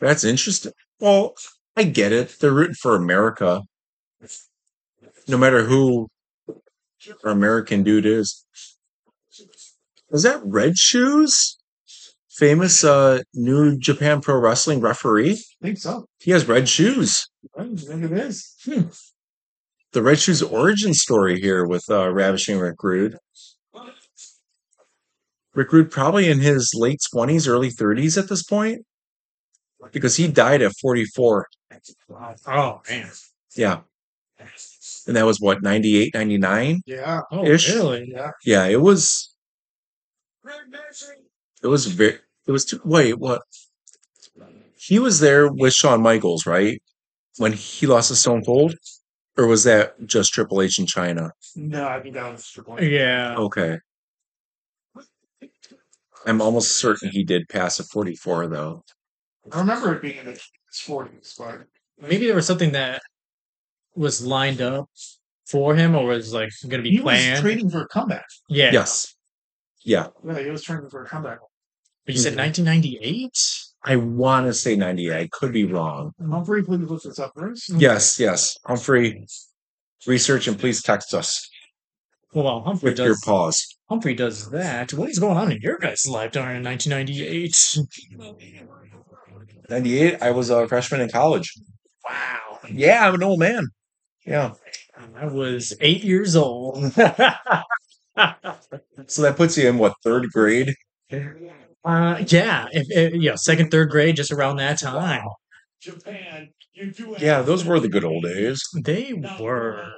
That's interesting. Well, I get it. They're rooting for America, no matter who our American dude is. Is that Red Shoes? Famous uh, new Japan pro wrestling referee.
I think so.
He has red shoes.
I think it is.
The red shoes origin story here with uh, ravishing Rick Rude. Rick Rude probably in his late twenties, early thirties at this point, because he died at forty-four.
Oh man.
Yeah, and that was what 98, 99?
Yeah.
Oh
Ish.
really?
Yeah.
Yeah, it was. It was very. It was too. Wait, what? He was there with Shawn Michaels, right? When he lost to Stone Cold, or was that just Triple H in China?
No, I think that was for going.
Yeah.
Okay. I'm almost certain he did pass a 44, though.
I remember it being in the forties, but
Maybe there was something that was lined up for him or was like gonna be
he was
planned.
trading for a comeback.
yeah.
Yes. Yeah.
Yeah, he was trading for a comeback.
But you said
Mhm.
nineteen ninety eight?
I want to say 98. I could be wrong.
Humphrey, please look this up first.
Yes, yes. Humphrey, research and please text us
Well Humphrey
with your
does
pause.
Humphrey does that. What is going on in your guys' life during nineteen ninety
(laughs)
eight?
98, I was a freshman in college.
Wow.
Yeah, I'm an old man. Yeah.
I was eight years old. (laughs)
So that puts you in what, third grade?
Uh, yeah, if, if, yeah, second, third grade, just around that time.
Japan, you do have
Yeah, those were the good old days.
They were.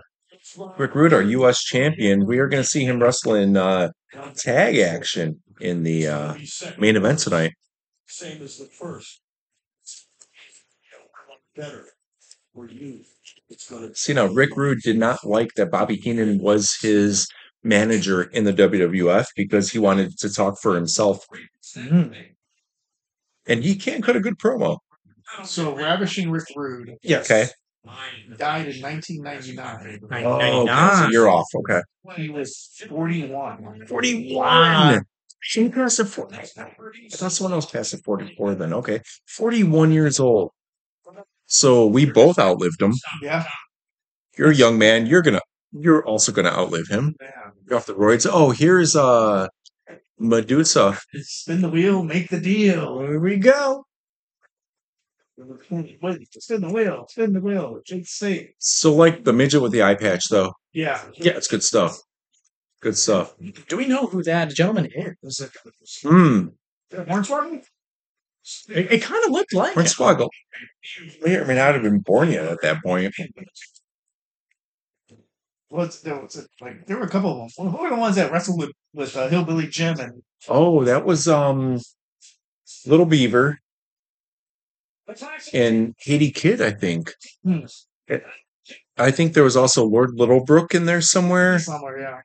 Rick Rude, our U.S. champion, we are going to see him wrestle in uh, tag action in the uh, main event tonight.
Same as the first. Better for you. It's gonna.
See now, Rick Rude did not like that Bobby Heenan was his manager in the WWF because he wanted to talk for himself, and he can cut a good promo.
So Ravishing Rick Rude
Yeah, okay.
died in 1999.
Nin-
Oh, okay,
99.
so you're off. Okay,
He was 41.
forty-one.
Wow.
She passed at forty. I thought someone else passed at forty-four. Then okay, forty-one years old. So we both outlived him.
Yeah.
You're a young man. You're gonna. You're also gonna outlive him.
yeah.
You're off the roids. Oh, here's uh Medusa.
Spin the wheel, make the deal.
Here we go.
Wait, spin the wheel, spin the wheel. Jake's safe.
So like the midget with the eye patch, though.
Yeah.
Yeah, it's good stuff. Good stuff.
Do we know who that gentleman is?
Hmm.
Hornswoggle?
It, it kind of looked like him.
Hornswoggle. May or may not have been born yet at that point.
what's there was a- like there were a couple of them. Who were the ones that wrestled with with uh, Hillbilly Jim and
Oh, that was um Little Beaver and Haiti Kid, I think. Eh,
hmm,
I think there was also Lord Littlebrook in there somewhere.
somewhere? Yeah.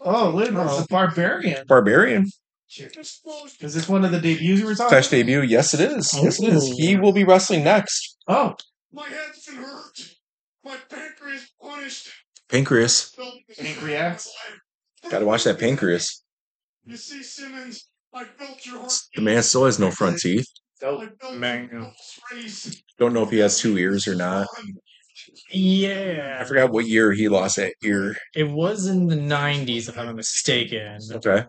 Oh, Lynn was the Barbarian.
Barbarian.
Is this one of the debuts you were talking?
Flash
about?
debut. Yes, it is. Yes, it is.
Ooh.
He will be wrestling next.
Oh,
My head's been hurt. My pancreas punished.
Pancreas.
Pancreas?
Gotta watch that pancreas.
You see, Simmons, I felt your heart.
The man still has no front teeth.
Oh.
I felt
Mango.
your pulse race.
Don't know if he has two ears or not.
Yeah.
I forgot what year he lost that ear.
It was in the 90s, if I'm not mistaken.
Okay.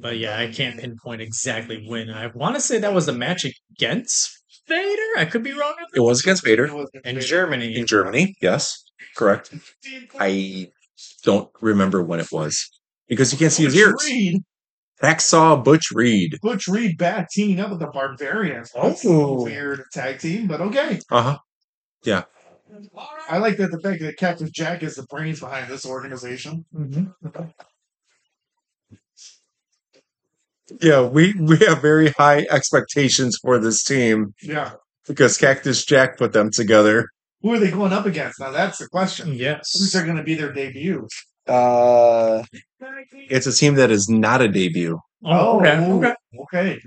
But yeah, I can't pinpoint exactly when. I want to say that was the match against Vader. I could be wrong. on
It was against Vader
it was
that. In Germany.
in Germany. Yes. Correct. I don't remember when it was because you can't see his
Butch
ears.
Reed,
Hacksaw Butch Reed.
Butch Reed back teaming up with the Barbarians. That's
Oh.
a weird tag team, but okay.
Uh huh.
I like that the fact that Captain Jack is the brains behind this organization.
Yeah, we we have very high expectations for this team
Yeah.
because Cactus Jack put them together.
Who are they going up against? Now that's the question. Who's
Mm-hmm, Yes.
are going to be their debut?
Uh, it's a team that is not a debut.
Oh, okay. okay.
Okay.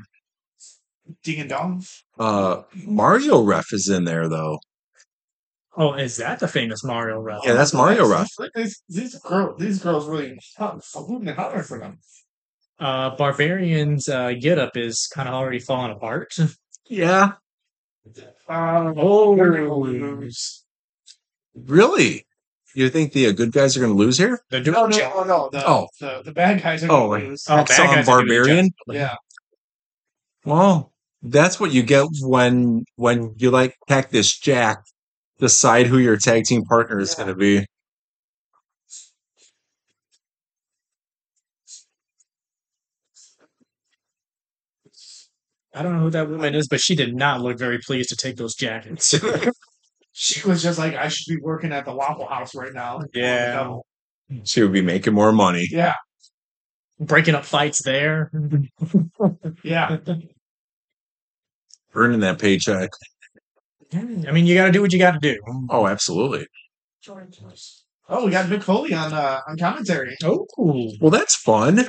Ding and dong.
Uh, Mario Ref is in there though.
Oh, is that the famous Mario ref?
Yeah,
Oh,
that's Mario Ref.
These, these girls, these girls really hot, hooting and hollering for them.
Uh, Barbarian's uh, getup is kind of already falling apart.
Yeah,
Um,
Oh,
they're gonna lose.
really. You think the uh, good guys are going to lose here?
the
No,
dual
no, no, no. The,
Oh.
the, the bad guys are
Oh,
going
like-
to lose.
(laughs) Oh, bad
Hacksaw and
guys are doing it,
Barbarian.
Yeah.
Well, that's what you get when when you like Cactus Jack decide who your tag team partner is
Yeah.
going to be.
I don't know who that woman is, but she did not look very pleased to take those jackets. (laughs)
She was just like, I should be working at the Waffle House right now. on the
Yeah.
double.
She would be making more money.
Yeah.
Breaking up fights there. (laughs)
Yeah.
earning that paycheck.
I mean, you got to do what you got to do.
Oh, absolutely.
Oh, we got Mick Foley on uh, on commentary.
Oh,
Well, that's fun.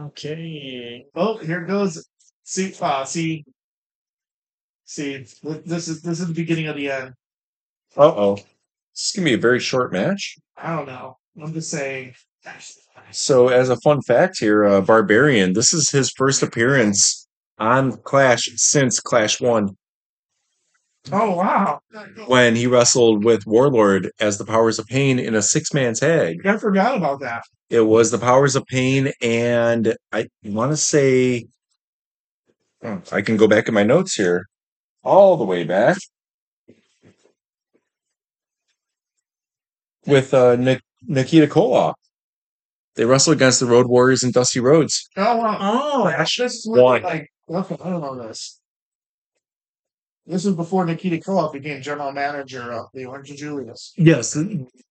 okay.
Oh, here goes. See, uh, see, see. This is this is the beginning of the end.
Uh oh. This is going to be a very short match.
I don't know. I'm just saying.
So, as a fun fact here, uh, Barbarian, this is his first appearance on Clash since Clash 1
Oh wow!
when he wrestled with Warlord as the Powers of Pain in a six man tag.
I forgot about that.
It was the Powers of Pain, and I want to say, Hmm, I can go back in my notes here, all the way back with uh, Nik- Nikita Koloff. They wrestled against the Road Warriors and Dusty Rhodes.
Oh wow!
Oh,
Gosh, this is
One.
what, like okay, I don't know this. This is before Nikita Koloff became general manager of the Orange and Julius.
Yes,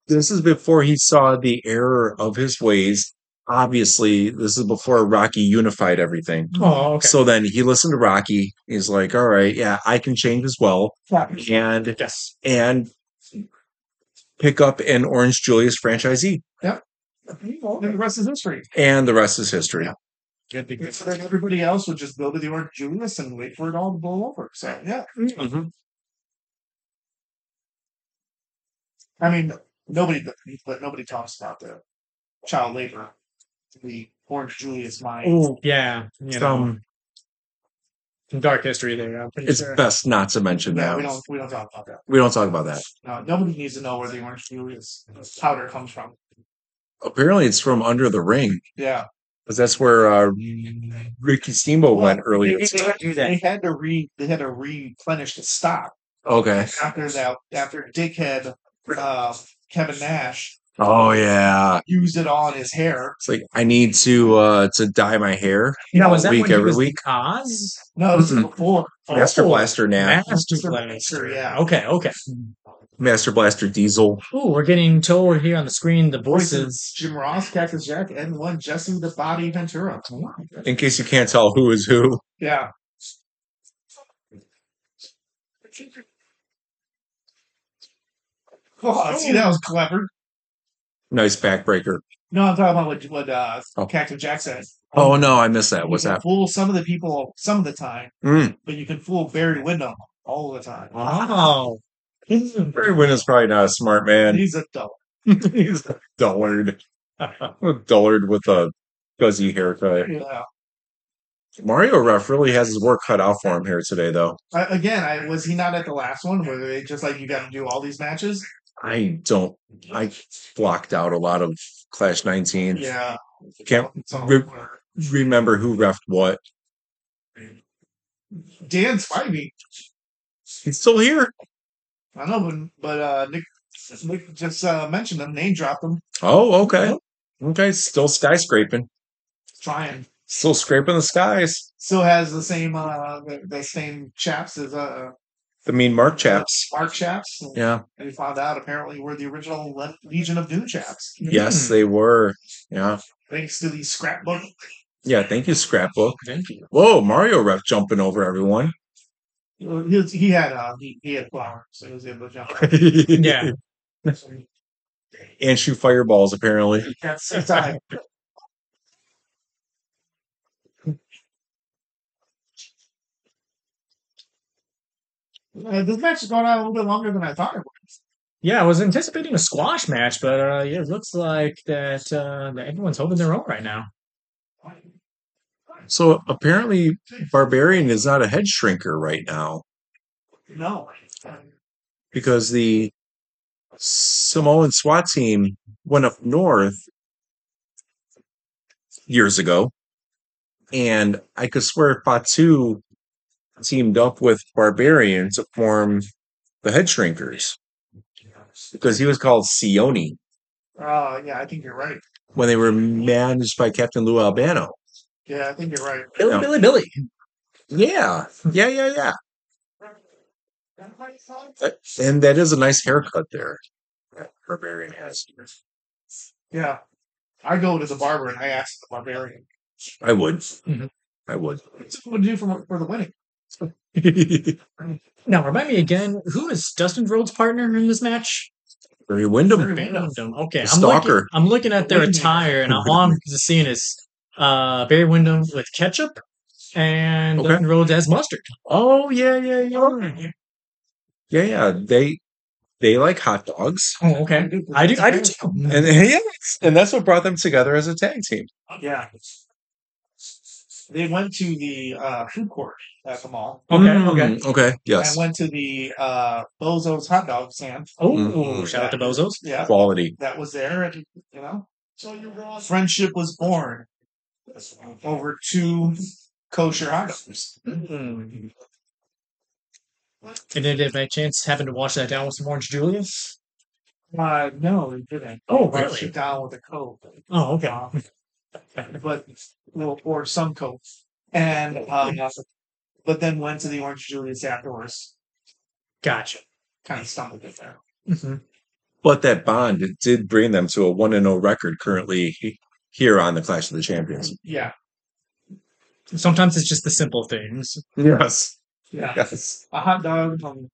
this is before he saw the error of his ways. Obviously, this is before Rocky unified everything.
oh, okay.
So then he listened to Rocky. He's like, "All right, yeah, I can change as well." And
Yes.
and pick up an Orange Julius franchisee.
Then the rest is history.
And the rest is history.
Good to
So then everybody else would just go to the Orange Julius and wait for it all to blow over. So yeah,
Mm-hmm.
I mean nobody, but nobody talks about the child labor, the Orange Julius mine.
Oh, yeah. You know,
Um,
some dark history there. I'm pretty
it's
sure.
best not to mention
No,
that.
we don't. We don't talk about that.
We don't talk about that.
No, nobody needs to know where the Orange Julius powder comes from.
Apparently, it's from under the ring
Yeah,
because that's where uh, Ricky Steamboat went earlier.
do
they had to re. They had to replenish the stock
Okay.
after that. After dickhead uh, Kevin Nash
Oh yeah.
used it all in his hair.
It's like I need to uh to dye my hair.
Now,
all
was that
week
when he
every
was the
week.
Oz?
No, this is
Mhm.
before.
Master
Oh,
Blaster now.
Master
Master
Blaster.
yeah.
Okay, okay.
Master Blaster Diesel.
Ooh, we're getting told here on the screen the voices.
Jim Ross, Cactus Jack, and one Jesse the Body Ventura. Oh
In case you can't tell who is who.
Yeah, oh, see that was clever.
Nice backbreaker.
No, I'm talking about what, what uh,
Oh.
Cactus Jack said.
Oh no, I missed that.
You
What's
can
that?
Fool some of the people some of the time,
Mm.
but you can fool Barry Windham all the time.
Wow.
Barry Windham's probably not a smart man.
(laughs) He's a dope.
He's a dullard.
(laughs)
A dullard with a fuzzy haircut.
Yeah.
Mario Ruff really has his work cut out for him here today, though.
I, again, I was he not at the last one where they just like you got to do all these matches?
I don't. I blocked out a lot of Clash 19.
Yeah,
Can't
it's all
Rip-
over.
remember who refed what.
Dan Spivey.
He's still here.
I know, but, but uh, Nick, Nick just uh, mentioned him, name dropped him,
Oh, okay. Okay, still skyscraping.
trying.
Still scraping the skies.
Still has the same uh, the, the same chaps as uh,
The mean Mark chaps.
Mark chaps. And,
Yeah.
and we found out apparently were the original Le- Legion of Doom chaps,
Hmm.
Yes, they were. Yeah.
thanks to the scrapbook.
Yeah, thank you, Scrapbook.
Thank you.
Whoa, Mario Ref jumping over everyone.
He, was- he had uh, he, he had flour, so he was able to jump.
yeah.
(laughs) Hmm. Yeah.
(laughs) And shoot fireballs, apparently.
That's the time. Uh, this match is going on a little bit longer than I thought it would.
Yeah, I was anticipating a squash match, but uh, yeah, it looks like that, uh, that everyone's holding their own right now.
So apparently, Barbarian is not a head shrinker right now
No.
because the Samoan SWAT team went up north years ago. And I could swear Fatu teamed up with Barbarian to form the head shrinkers because he was called Sioni.
Uh, yeah, I think you're right.
when they were managed by Captain Lou Albano.
Yeah, I think you're right.
Billy,
No.
Billy, Billy.
Yeah, yeah, yeah, yeah. And that is a nice haircut there. that Barbarian has.
Yeah. I go to the barber and I ask the barbarian,
I would.
Mhm.
I (laughs) would.
what's it going to do for, for the winning?
Barry
Now, remind me again, who is Dustin Rhodes' partner in this match?
Wyndham.
Wyndham. Okay,
The
I'm looking,
stalker.
I'm looking at their
Wyndham.
attire,
(laughs)
and all I'm just seeing is uh, Barry Windham with ketchup and
Okay.
Dustin Rhodes as mustard.
Oh yeah, yeah, yeah. Yeah, yeah. They they like hot dogs.
Oh, okay. I do, I do too.
And (laughs) yeah, and that's what brought them together as a tag team.
Yeah. They went to the uh, food court at the mall
Okay, okay.
Mm, okay. Yes.
and went to the uh, Bozo's hot dog stand.
Oh,
Mhm.
shout out to Bozos.
Yeah,
Quality.
that was there, and you know,
So you're wrong.
friendship was born over two kosher hot dogs.
Mm. And then, if by chance happened to watch that down with some orange Julius.
Uh, no, they didn't.
Oh,
They brought
really?
you down with a coat, Um,
Oh, okay. (laughs)
but well, or some coat, and um, but then went to the Orange Julius afterwards.
Gotcha.
Kind of stumbled it there.
Mhm.
But that bond it did bring them to a one and zero record currently he- here on the Clash of the Champions.
Yeah,
Sometimes it's just the simple things.
Yes.
yeah.
Yes.
A hot dog from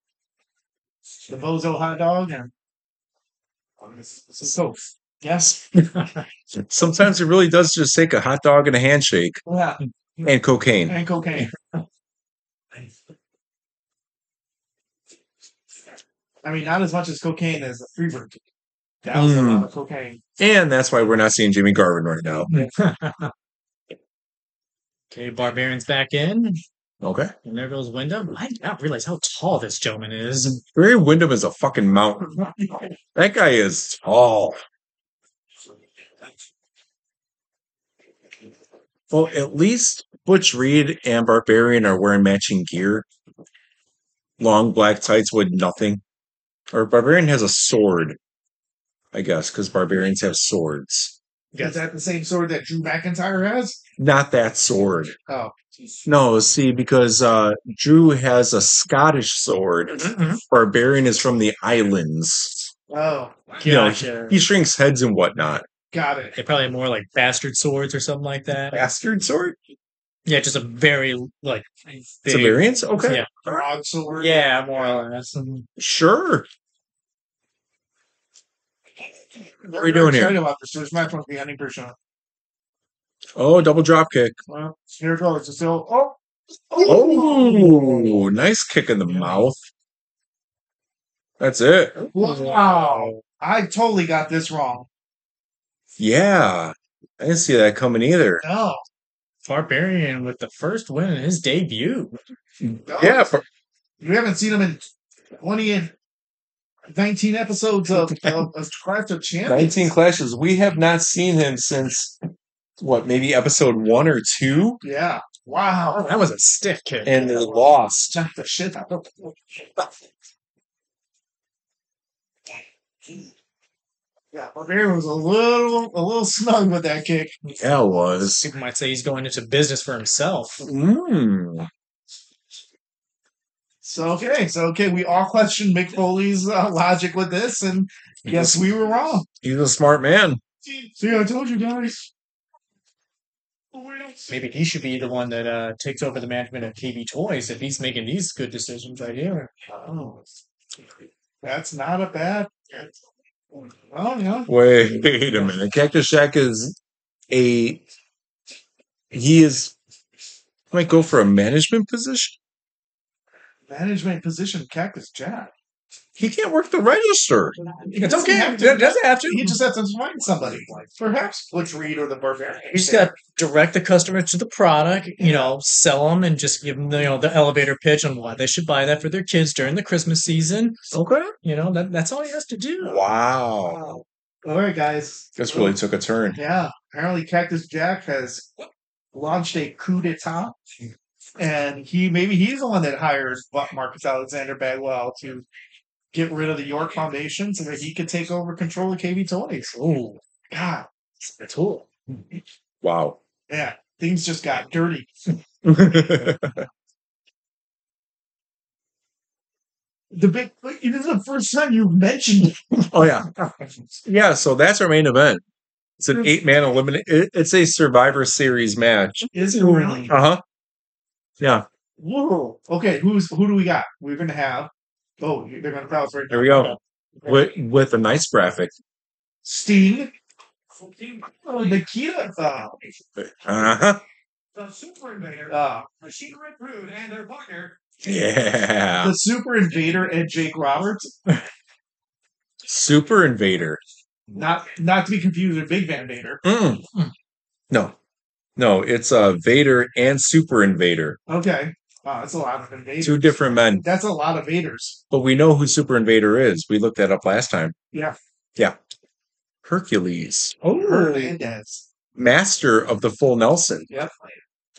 the Bozo hot dog and um, some coat.
(laughs)
Yes.
Sometimes it really does just take a hot dog and a handshake
Yeah.
and cocaine.
And cocaine. I mean, not as much as cocaine as the Freebird. That was
Mm.
a lot of cocaine.
And that's why we're not seeing Jimmy Garvin right now.
okay, Barbarian's back in.
Okay.
And there goes Wyndham. I did not realize how tall this gentleman is.
Barry Windham is a fucking mountain. That guy is tall. Well, at least Butch Reed and Barbarian are wearing matching gear. Long black tights with nothing. Or Barbarian has a sword. I guess, because barbarians have swords.
Is that the same sword that Drew McIntyre has?
Not that sword.
Oh,
No, see, because uh, Drew has a Scottish sword.
Mm-hmm.
Barbarian is from the islands.
oh,
Gotcha.
He shrinks heads and whatnot.
got it.
They probably have more like bastard swords or something like that.
Bastard sword?
Yeah, just a very like
It's a
big-
variance? Okay.
Yeah.
All right. (laughs)
Broadsword.
Yeah, more or less. And
Sure.
What
are we doing here?
About this. There's match must be ending for sure.
Oh, double drop kick.
Well, here it goes. It's still. Oh,
Oh, nice kick in the mouth. That's it.
wow! I totally got this wrong.
Yeah. I didn't see that coming either.
No,
Barbarian with the first win in his debut.
no.
Yeah. for-
you haven't seen him in twenty and nineteen episodes of of, of Craft of Champions.
19 clashes. We have not seen him since, what, maybe episode one or two?
Yeah. Wow.
That was a stiff kick.
And they lost.
Knocked the shit out of him. Yeah, Barbarian was a little a little snug with that kick.
Yeah, it was.
People might say he's going into business for himself.
Mm.
So okay, so okay, we all questioned Mick Foley's uh, logic with this, and yes, we were wrong.
He's a smart man.
See, I told you guys.
Maybe he should be the one that uh, takes over the management of KB Toys if he's making these good decisions right here.
Oh, that's not a bad. Well, yeah,
Wait a minute. Cactus Shack is a. He is. Might go for a management position.
management position, Cactus Jack.
He can't work the register.
It's
doesn't
okay.
have
It
to-
doesn't have
He
to.
just has to find somebody, like perhaps Butch Reed or the Barbarian.
You just got to direct the customer to the product, you know, sell them and just give them, you know, the elevator pitch on why they should buy that for their kids during the Christmas season.
Okay.
You know, that, that's all he has to (laughs) do.
Wow.
All right, guys.
This really took a turn.
Yeah, apparently Cactus Jack has launched a coup d'état, and he maybe he's the one that hires Bu- Marcus Alexander Bagwell to get rid of the York Foundation so that he could take over control of KB Toys.
Oh,
God,
that's cool.
Wow. (laughs)
yeah, things just got dirty. The big this is the first time you've mentioned
oh,
(laughs)
yeah.
it.
Yeah. So that's our main event. It's an eight man eliminate. it- It's a Survivor Series match.
Is it really?
Uh huh. Yeah.
Whoa. Okay, who's who do we got? We're gonna have. Oh, they're gonna tell us right now.
There we go. With, with a nice graphic.
Sting,
Oh,
Nikita, uh,
Uh huh.
The Super Invader,
uh,
Machine Red Rude, and their partner,
Yeah.
the Super Invader and Jake Roberts,
Super Invader.
not not to be confused with Big Van Vader.
Mm.
Hmm.
No, no, it's uh, Vader and Super Invader,
Okay, wow, that's a lot of invaders.
two different men.
That's a lot of Vaders.
But we know who Super Invader is. We looked that up last time.
Yeah.
yeah. Hercules,
Oh, Hernandez.
master of the full Nelson.
Yep.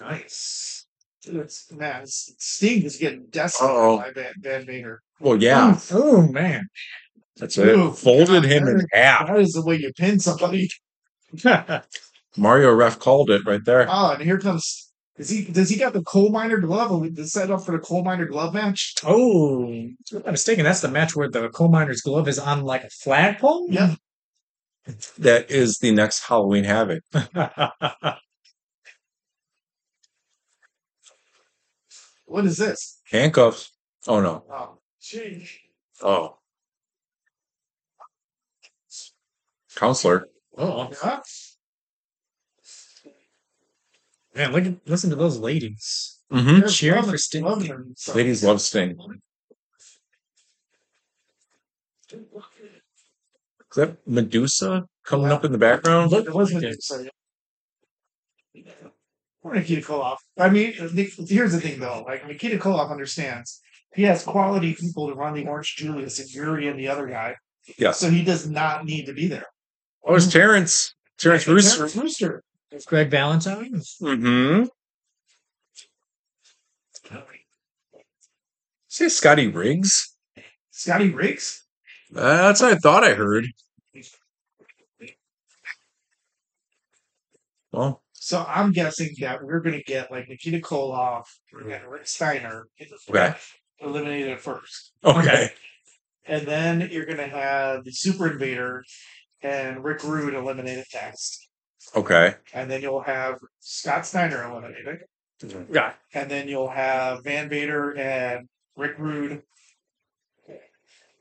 Nice. It's, man, S- Sting is getting decimated
Uh-oh.
by Van, Van Vader.
Well, yeah,
Oh, man.
that's it.
Hmm. Ooh.
Folded him in half.
That is the way you pin somebody.
Mario Ref called it right there.
Oh, and here comes. Is he? Does he got the coal miner glove? Are we the setup for the coal miner glove match?
Oh, if I'm not mistaken. That's the match where the coal miner's glove is on like a flagpole.
Yeah.
That is the next Halloween Havoc.
(laughs)
What is this?
Handcuffs. Oh no.
Oh,
Change,
Oh. Counselor.
oh
yeah.
man, look, at- listen to those ladies.
Mm-hmm.
They're
Cheering
loving-
for Sting.
loving him, so-
Ladies love Sting. Is that Medusa coming up in the background?
It wasn't
Like
it, so, yeah. Poor Nikita Koloff. I mean, Nik- here's the thing though. Like Nikita Koloff understands he has quality people to run the Orange Julius and Yuri and the other guy,
Yes.
so he does not need to be there.
Oh, it's Terrence. Terrence
And
Rooster.
Terrence Rooster.
Greg Valentine.
Mm-hmm. Say Scotty Riggs.
Scotty Riggs.
Uh, that's what I thought I heard. Well,
So I'm guessing that we're going to get like Nikita Koloff and Rick Steiner
Okay.
eliminated first.
okay.
And then you're going to have the Super Invader and Rick Rude eliminated next.
Okay.
And then you'll have Scott Steiner eliminated.
Yeah.
And then you'll have Van Vader and Rick Rude.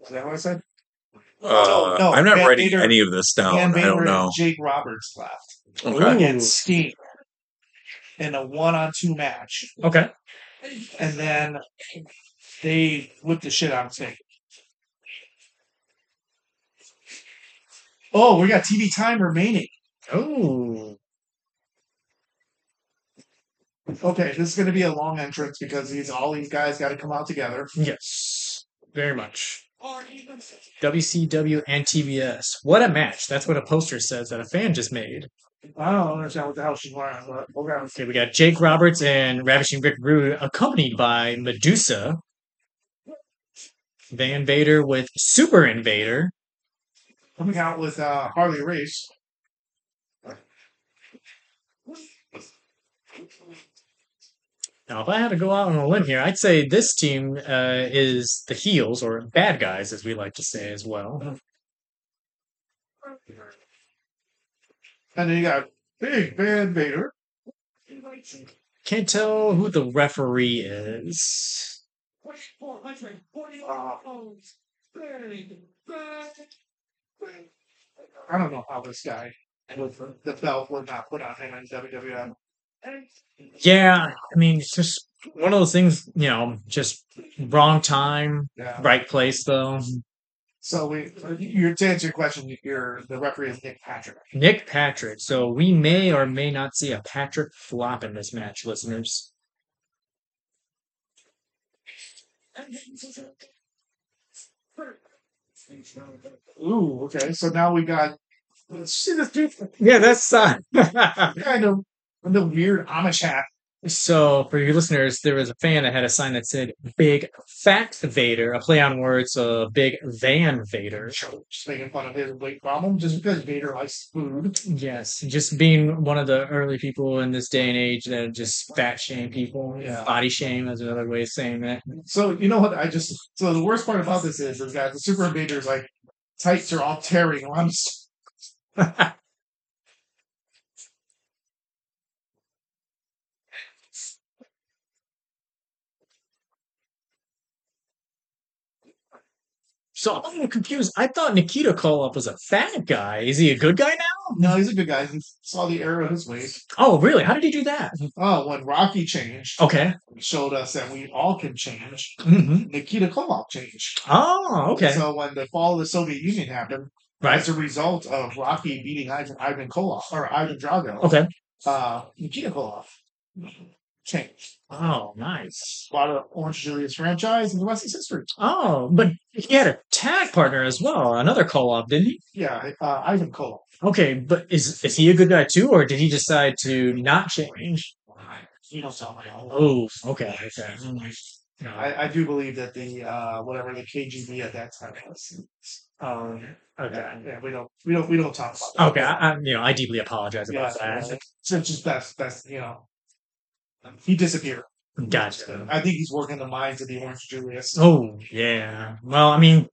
Is that what I said?
Uh,
Oh, no,
I'm not
Van
writing
Vader-
any of this
Van
down. I
Vader
don't know.
and Jake Roberts left
Okay.
against Sting in a one on two match.
Okay.
and then they whipped the shit out of Sting. Oh, we got TV time remaining.
Oh.
Okay, this is going to be a long entrance because these all these guys got to come out together.
Yes. Very much. WCW and TBS. What a match. That's what a poster says that a fan just made.
I don't understand what the hell she's wearing, but okay.
Okay, we got Jake Roberts and Ravishing Rick Rude, accompanied by Medusa, Van Vader with Super Invader,
Coming out with uh, Harley Race.
Now, if I had to go out on a limb here, I'd say this team uh, is the heels or bad guys, as we like to say as well.
And then you got Big Van Vader.
Can't tell who the referee is.
I don't know how this guy with the belt would not put on him in WWF.
Yeah, I mean, it's just one of those things, you know, just wrong time,
Yeah.
right place, though.
So we, you're, to answer your question, you're, the referee is Nick Patrick.
Nick Patrick. So we may or may not see a Patrick flop in this match, listeners.
Ooh, okay. So now we got see this dude
Yeah, that's. Uh, (laughs)
kind of with the weird Amish hat.
So, for your listeners, there was a fan that had a sign that said "Big Fat Vader," a play on words of "Big Van Vader."
Just making fun of his weight problem just because Vader likes food.
Yes, just being one of the early people in this day and age that just fat shame people,
Yeah.
body shame is another way of saying that.
So you know what? I just so the worst part about this is is that the Super Invader's like tights are all tearing. I'm just,
So I'm a little confused. I thought Nikita Koloff was a fat guy. Is he a good guy now?
Oh, no, he's a good guy. He saw the error of his ways.
Oh, really? How did he do that?
Oh, when Rocky changed,
Okay.
showed us that we all can change.
hmm
Nikita Koloff changed.
Oh, okay.
So when the fall of the Soviet Union happened,
right.
as a result of Rocky beating Ivan, Ivan Koloff or Ivan Drago,
Okay.
uh, Nikita Koloff changed.
Oh, nice.
Bought an Orange Julius franchise and the rest is history.
Oh, but he had a tag partner as well, another call up, didn't he?
Yeah, uh, Ivan Koloff.
Okay, but is is he a good guy too, or did he decide to not change?
You don't sound like a whole-
Oh, okay, okay. No,
I, I do believe that the uh, whatever the KGB at that time was. Um, yeah,
okay.
yeah, we don't, we don't, we don't talk about that.
Okay, I, I, you know, I deeply apologize
Yeah,
about
yeah,
that.
so it's just that's that's you know, he disappeared.
Gotcha.
I think he's working the minds of the Orange Julius.
Oh yeah. Well, I mean,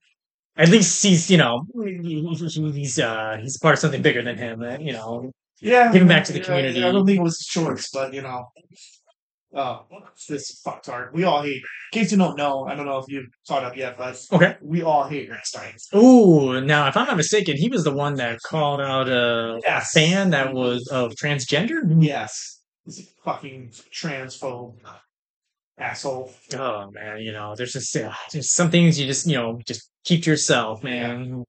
at least he's you know he's uh he's part of something bigger than him. uh, You know.
Yeah,
Giving back to the
yeah,
community.
I don't think it was his choice, but you know, uh, this fucktard. We all hate. In case you don't know, I don't know if you've caught up yet, but
Okay.
we all hate Grant Stein.
Oh, now if I'm not mistaken, he was the one that called out a a
Yes.
fan that was of transgender.
Yes, he's a fucking transphobe asshole.
Oh man, you know, there's just uh, there's some things you just you know just keep to yourself, man.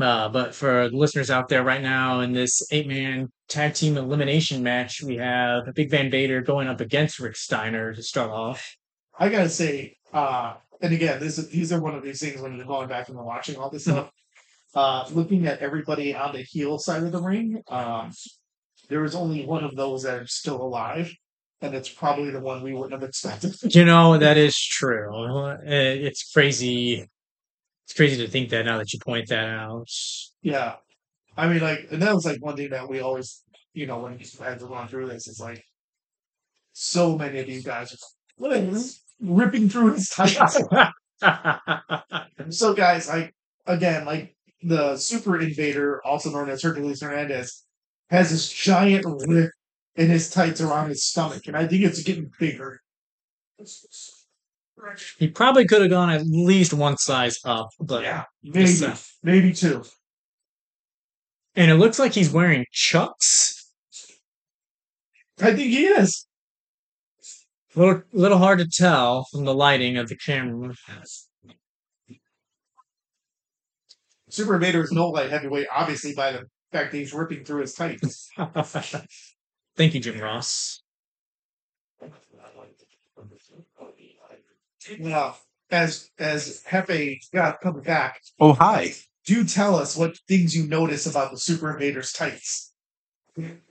Uh, but for the listeners out there right now in this eight man tag team elimination match, we have Big Van Vader going up against Rick Steiner to start off.
I gotta say, uh, and again, this is, these are one of these things when you're going back and watching all this stuff. Uh, looking at everybody on the heel side of the ring, um, there is only one of those that are still alive, and it's probably the one we wouldn't have expected. (laughs)
You know that is true. Uh, It's crazy. It's crazy to think that now that you point that out. (laughs)
Yeah. I mean, like, and that was like one thing that we always you know, when as we're going through this, it's like so many of these guys are like, ripping through his (laughs) titles. so guys, like again, like the super invader, also known as Hercules Hernandez, has this giant rip in his tights around his stomach, and I think it's getting bigger.
he probably could have gone at least one size up, but
yeah, maybe maybe two.
and it looks like he's wearing chucks.
I think he is.
Little little hard to tell from the lighting of the camera.
Super Invader is no light heavyweight, obviously by the fact that he's ripping through his tights.
Thank you, Jim Ross.
Now, as as Hefe got coming back,
Oh, hi.
do tell us what things you notice about the Super Invader's tights.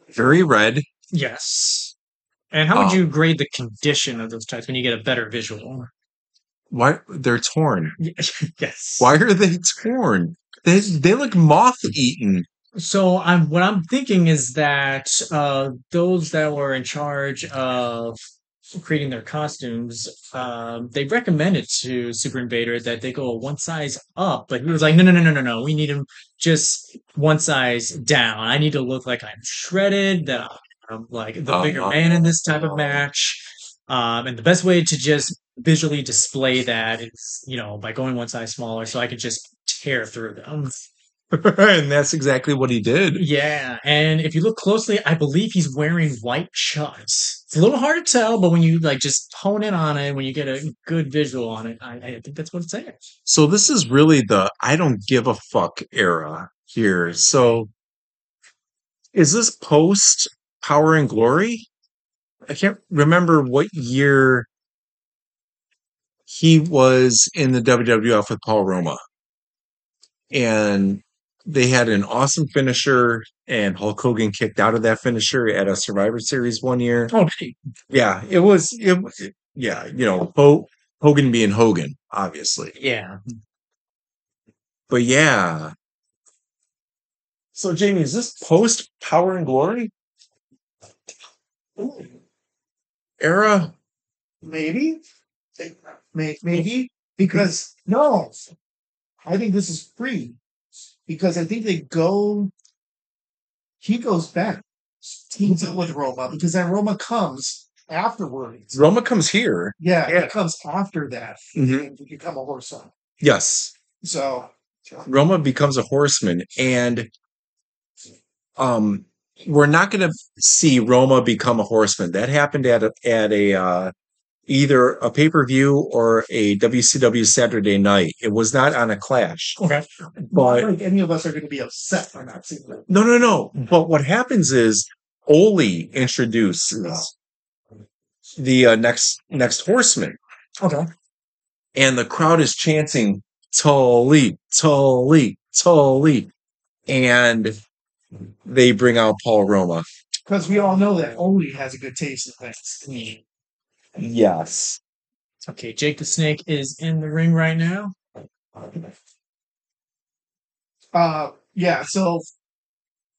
Very red.
Yes. And how would
Oh.
you grade the condition of those types when you get a better visual? (laughs)
Why they're torn?
yes.
Why are they torn? They they look moth eaten.
So I'm what I'm thinking is that uh, those that were in charge of creating their costumes, um, they recommended to Super Invader that they go one size up, but he was like, no, no, no, no, no, no. We need him just one size down. I need to look like I'm shredded, that I'm like the bigger
Uh-huh.
man in this type of
Uh-huh.
match. Um, and the best way to just visually display that is, you know, by going one size smaller, so I could just tear through them.
(laughs) and that's exactly what he did.
Yeah, and if you look closely, I believe he's wearing white chucks. It's a little hard to tell, but when you like just hone in on it, when you get a good visual on it, I, I think that's what it's saying.
So this is really the I don't give a fuck era here. So is this post Power and Glory? I can't remember what year he was in the WWF with Paul Roma. And they had an awesome finisher, and Hulk Hogan kicked out of that finisher at a Survivor Series one year.
Okay,
Yeah, it was. It, it- yeah, you know, Ho, Hogan being Hogan, obviously.
yeah,
But yeah. So Jamie, is this post Power and Glory era?
Maybe, May- maybe because no, I think this is free because I think they go. He goes back, teams up with Roma because then Roma comes afterwards.
Roma comes here.
Yeah,
Yeah.
it comes after that.
Mhm.
and you become a horse on.
Yes,
So
Roma becomes a horseman, and um, we're not going to see Roma become a horseman. That happened at a, at a uh, either a pay per view or a WCW Saturday Night. It was not on a Clash.
okay,
But-
not like any of us are going to be upset by not seeing them.
No, no, no.
Hmm.
But what happens is Oli introduces the uh, next next horseman,
okay.
and the crowd is chanting Tully, Tully, Tully, and they bring out Paul Roma.
Because we all know that Oli has a good taste in things.
Mm-hmm. Yes.
Okay, Jake the Snake is in the ring right now.
Uh, yeah. So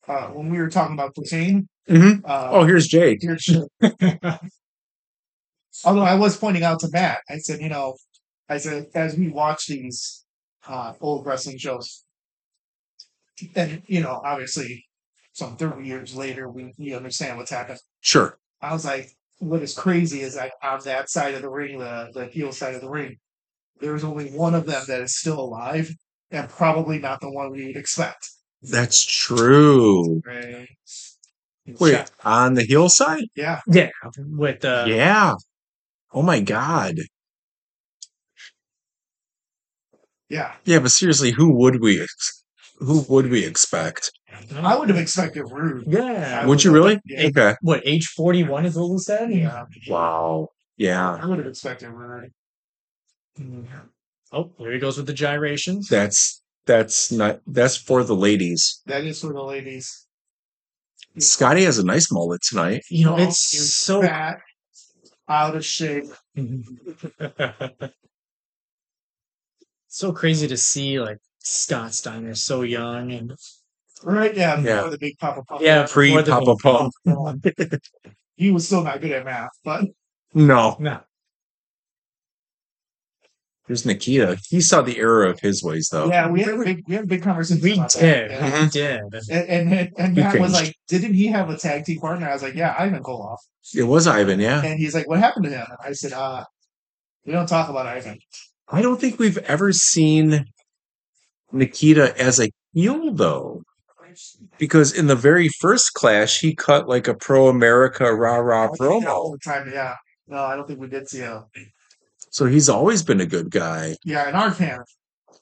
uh, when we were talking about Platoon,
hmm
uh,
Oh, here's Jake.
here- (laughs) although I was pointing out to Matt, I said, you know, I said as we watch these uh, old wrestling shows, and you know, obviously, some thirty years later, we you understand what's happened.
Sure.
I was like, what is crazy is like on that side of the ring, the, the heel side of the ring, there's only one of them that is still alive and probably not the one we would expect.
That's true.
Right.
Wait,
Yeah,
on the hillside?
Yeah.
yeah, with uh,
yeah. Oh my God.
Yeah.
Yeah, but seriously, who would we ex- who would we expect?
I would have expected Rude.
yeah.
Would you really?
Yeah.
Okay.
What age forty one is Lil said?
Yeah.
Wow. Yeah.
I would have expected Rude.
Oh, there he goes with the gyrations.
That's that's not that's for the ladies.
That is for the ladies.
Scotty has a nice mullet tonight.
You know,
Tall,
it's
you're
so
fat, out of shape.
so crazy to see like Scott Steiner so young and
Right down
Yeah.
yeah. before the big Papa Pump.
Yeah,
Pre
before the-
Papa Pump.
He was still not good at math, but
No.
(laughs) No.
Here's Nikita. He saw the error of his ways, though.
yeah, we had a big we had a big conversation.
We
about that,
did.
yeah.
We did.
And and and, and
We
Matt was
cringed.
like, "Didn't he have a tag team partner?" I was like, "Yeah, Ivan Koloff."
It was Ivan, yeah.
And he's like, "What happened to him?" And I said, "Uh, we don't talk about Ivan."
I don't think we've ever seen Nikita as a heel, though, because in the very first clash, he cut like a pro America rah rah
I think that all
promo.
the time. Yeah, no, I don't think we did see him.
So he's always been a good guy.
Yeah, in our camp.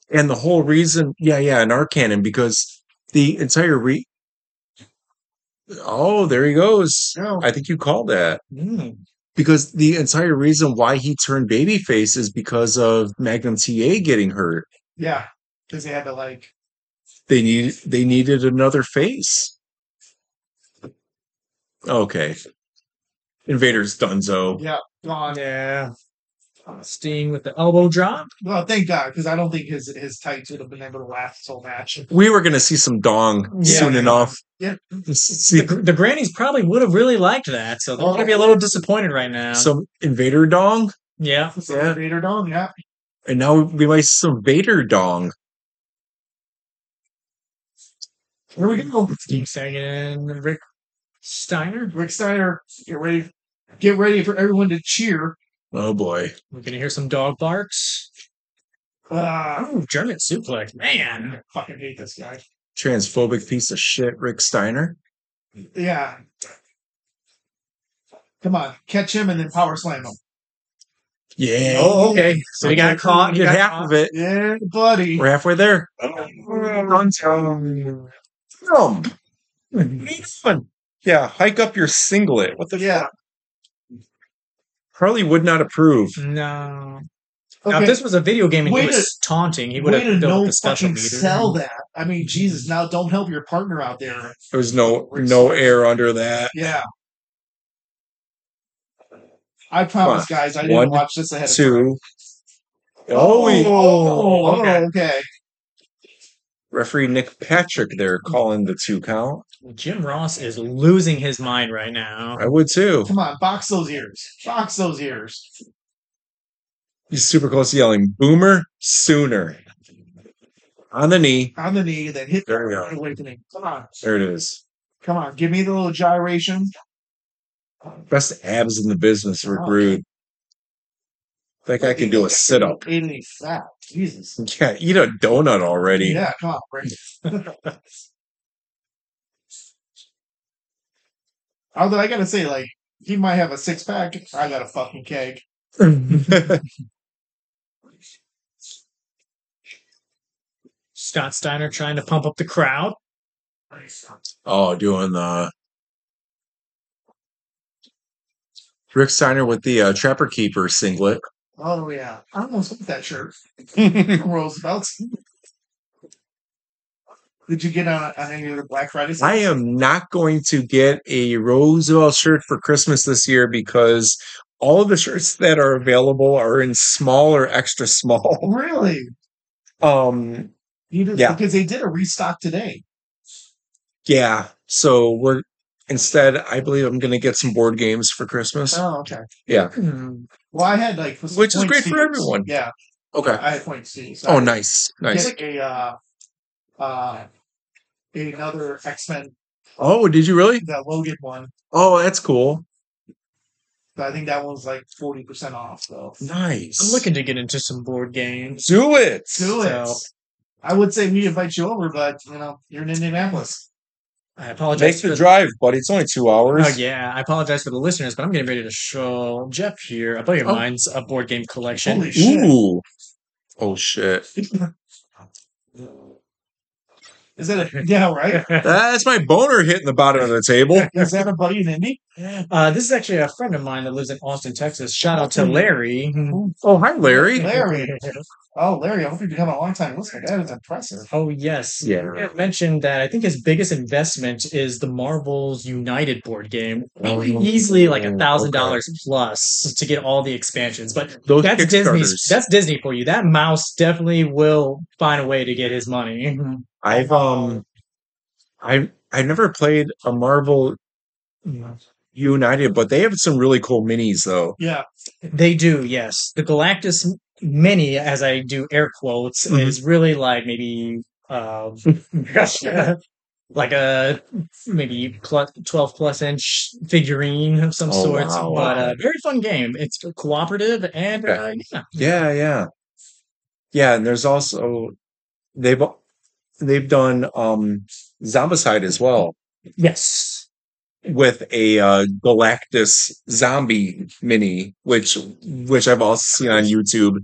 And the whole reason, yeah, yeah, in our canon, because the entire re. Oh, there he goes.
No.
I think you called that.
Mm.
Because the entire reason why he turned babyface is because of Magnum TA getting hurt.
Yeah, because they had to like
They need they needed another face. Okay. Invader's Dunzo.
yeah gone.
Yeah. Uh, Sting with the elbow drop.
Well, thank God, because I don't think his his tights would have been able to last the whole match.
We were gonna see some dong
Yeah.
soon enough.
Yeah.
See,
(laughs)
The, gr- the grannies probably would have really liked that, so they're
Oh.
going to be a little disappointed right now.
some invader dong,
yeah,
So
Yeah.
Vader Dome, yeah.
and now we might see some Vader dong.
Here we go.
Steve Sagan and Rick Steiner.
Rick Steiner, get ready, get ready for everyone to cheer.
Oh boy.
We're going to hear some dog barks.
Uh,
Oh, German suplex, man!
I fucking hate this guy.
Transphobic piece of shit, Rick Steiner.
Yeah. Come on, catch him and then power slam him.
Yeah.
Oh, okay. So he got caught. He
Did
got
half
caught.
of it.
Yeah, buddy.
We're halfway there.
Dunzo.
Film. Yeah, hike up your singlet. What the
Yeah.
Harley would not approve.
No. Now, if
Okay.
this was a video game and
Way
he was taunting, he would
Way to
have built
no
the special
fucking
meter.
sell that. I mean, Jesus, now don't help your partner out there.
There was no no air under that.
Yeah. I promise, guys, I didn't
One,
watch this ahead of time.
Two. Oh, we-
Oh,
okay.
okay. okay.
referee Nick Patrick there calling the two count.
Jim Ross is losing his mind right now.
(laughs) I would too.
Come on, box those ears. Box those ears.
He's super close to yelling, "Boomer sooner!" On the knee.
On the knee, then hit
There we
the
are.
awakening. Come on.
There it is.
Come on. Give me the little gyration.
Best abs in the business, Rick
Wow.
Rude. Think I can do a sit up.
Eating fat. Jesus.
(laughs) Yeah, eat a donut already.
Yeah, come on, bring it. (laughs) Although I gotta say, like, he might have a six pack. I got a fucking keg.
Scott Steiner trying to pump up the crowd.
Oh, doing the Rick Steiner with the uh, Trapper Keeper singlet.
Oh yeah. I almost want that shirt. (laughs) Roosevelt. Did you get on, on any of the Black Friday sales?
I am not going to get a Roosevelt shirt for Christmas this year because all of the shirts that are available are in small or extra small.
Oh,
(laughs)
Really?
Um,
You did,
Yeah.
Because they did a restock today.
yeah. So we're instead, I believe I'm going to get some board games for Christmas.
Oh, okay.
Yeah.
Well, I had like some
Which is
point
great for
Steels.
everyone.
Yeah,
Okay.
I had point Steels.
Oh,
I
nice,
Get
nice.
a uh, uh, another X Men,
Oh, did you really?
that Logan one.
Oh, that's cool.
But I think that one's like forty percent off. So
Nice.
I'm looking to get into some board games.
Do it.
do it.
So-
I would say we invite you over, but you know you're in Indianapolis.
I
Make
apologize.
the
for-
drive, buddy. It's only two hours.
Oh yeah, I apologize for the listeners, but I'm getting ready to show Jeff here. I believe
Oh.
mine's a board game collection.
Holy shit!
Ooh. Oh shit.
Is that a yeah
(laughs)
right?
That's my boner hitting the bottom of the table.
Is that a buddy in Indy?
Uh, this is actually a friend of mine that lives in Austin, Texas. Shout out to
Austin.
Larry.
(laughs) Oh, hi, Larry.
(laughs)
Larry. Oh, Larry, I hope you've become a long time listener. That is impressive.
Oh yes,
Yeah.
You had mentioned that I think his biggest investment is the Marvel's United board game, E-,
Oh,
easily like a
okay.
thousand dollars plus to get all the expansions. But
Those
that's Disney's.
Kickstarters.
That's Disney for you. That
Mm-hmm.
mouse definitely will find a way to get his money.
I've um I I never played a Marvel United, but they have some really cool minis though.
Yeah,
They do, yes. The Galactus m- mini, as I do air quotes,
Mhm.
is really like maybe
(laughs)
um, (laughs) like a maybe plus, 12 plus inch figurine of some
Oh,
sorts.
wow,
but
wow.
uh, very fun game. It's cooperative and uh,
Okay.
yeah.
Yeah, yeah, yeah. And there's also they've they've done um Zombicide as well
Yes.
with a uh, Galactus zombie mini, which which I've also seen on YouTube.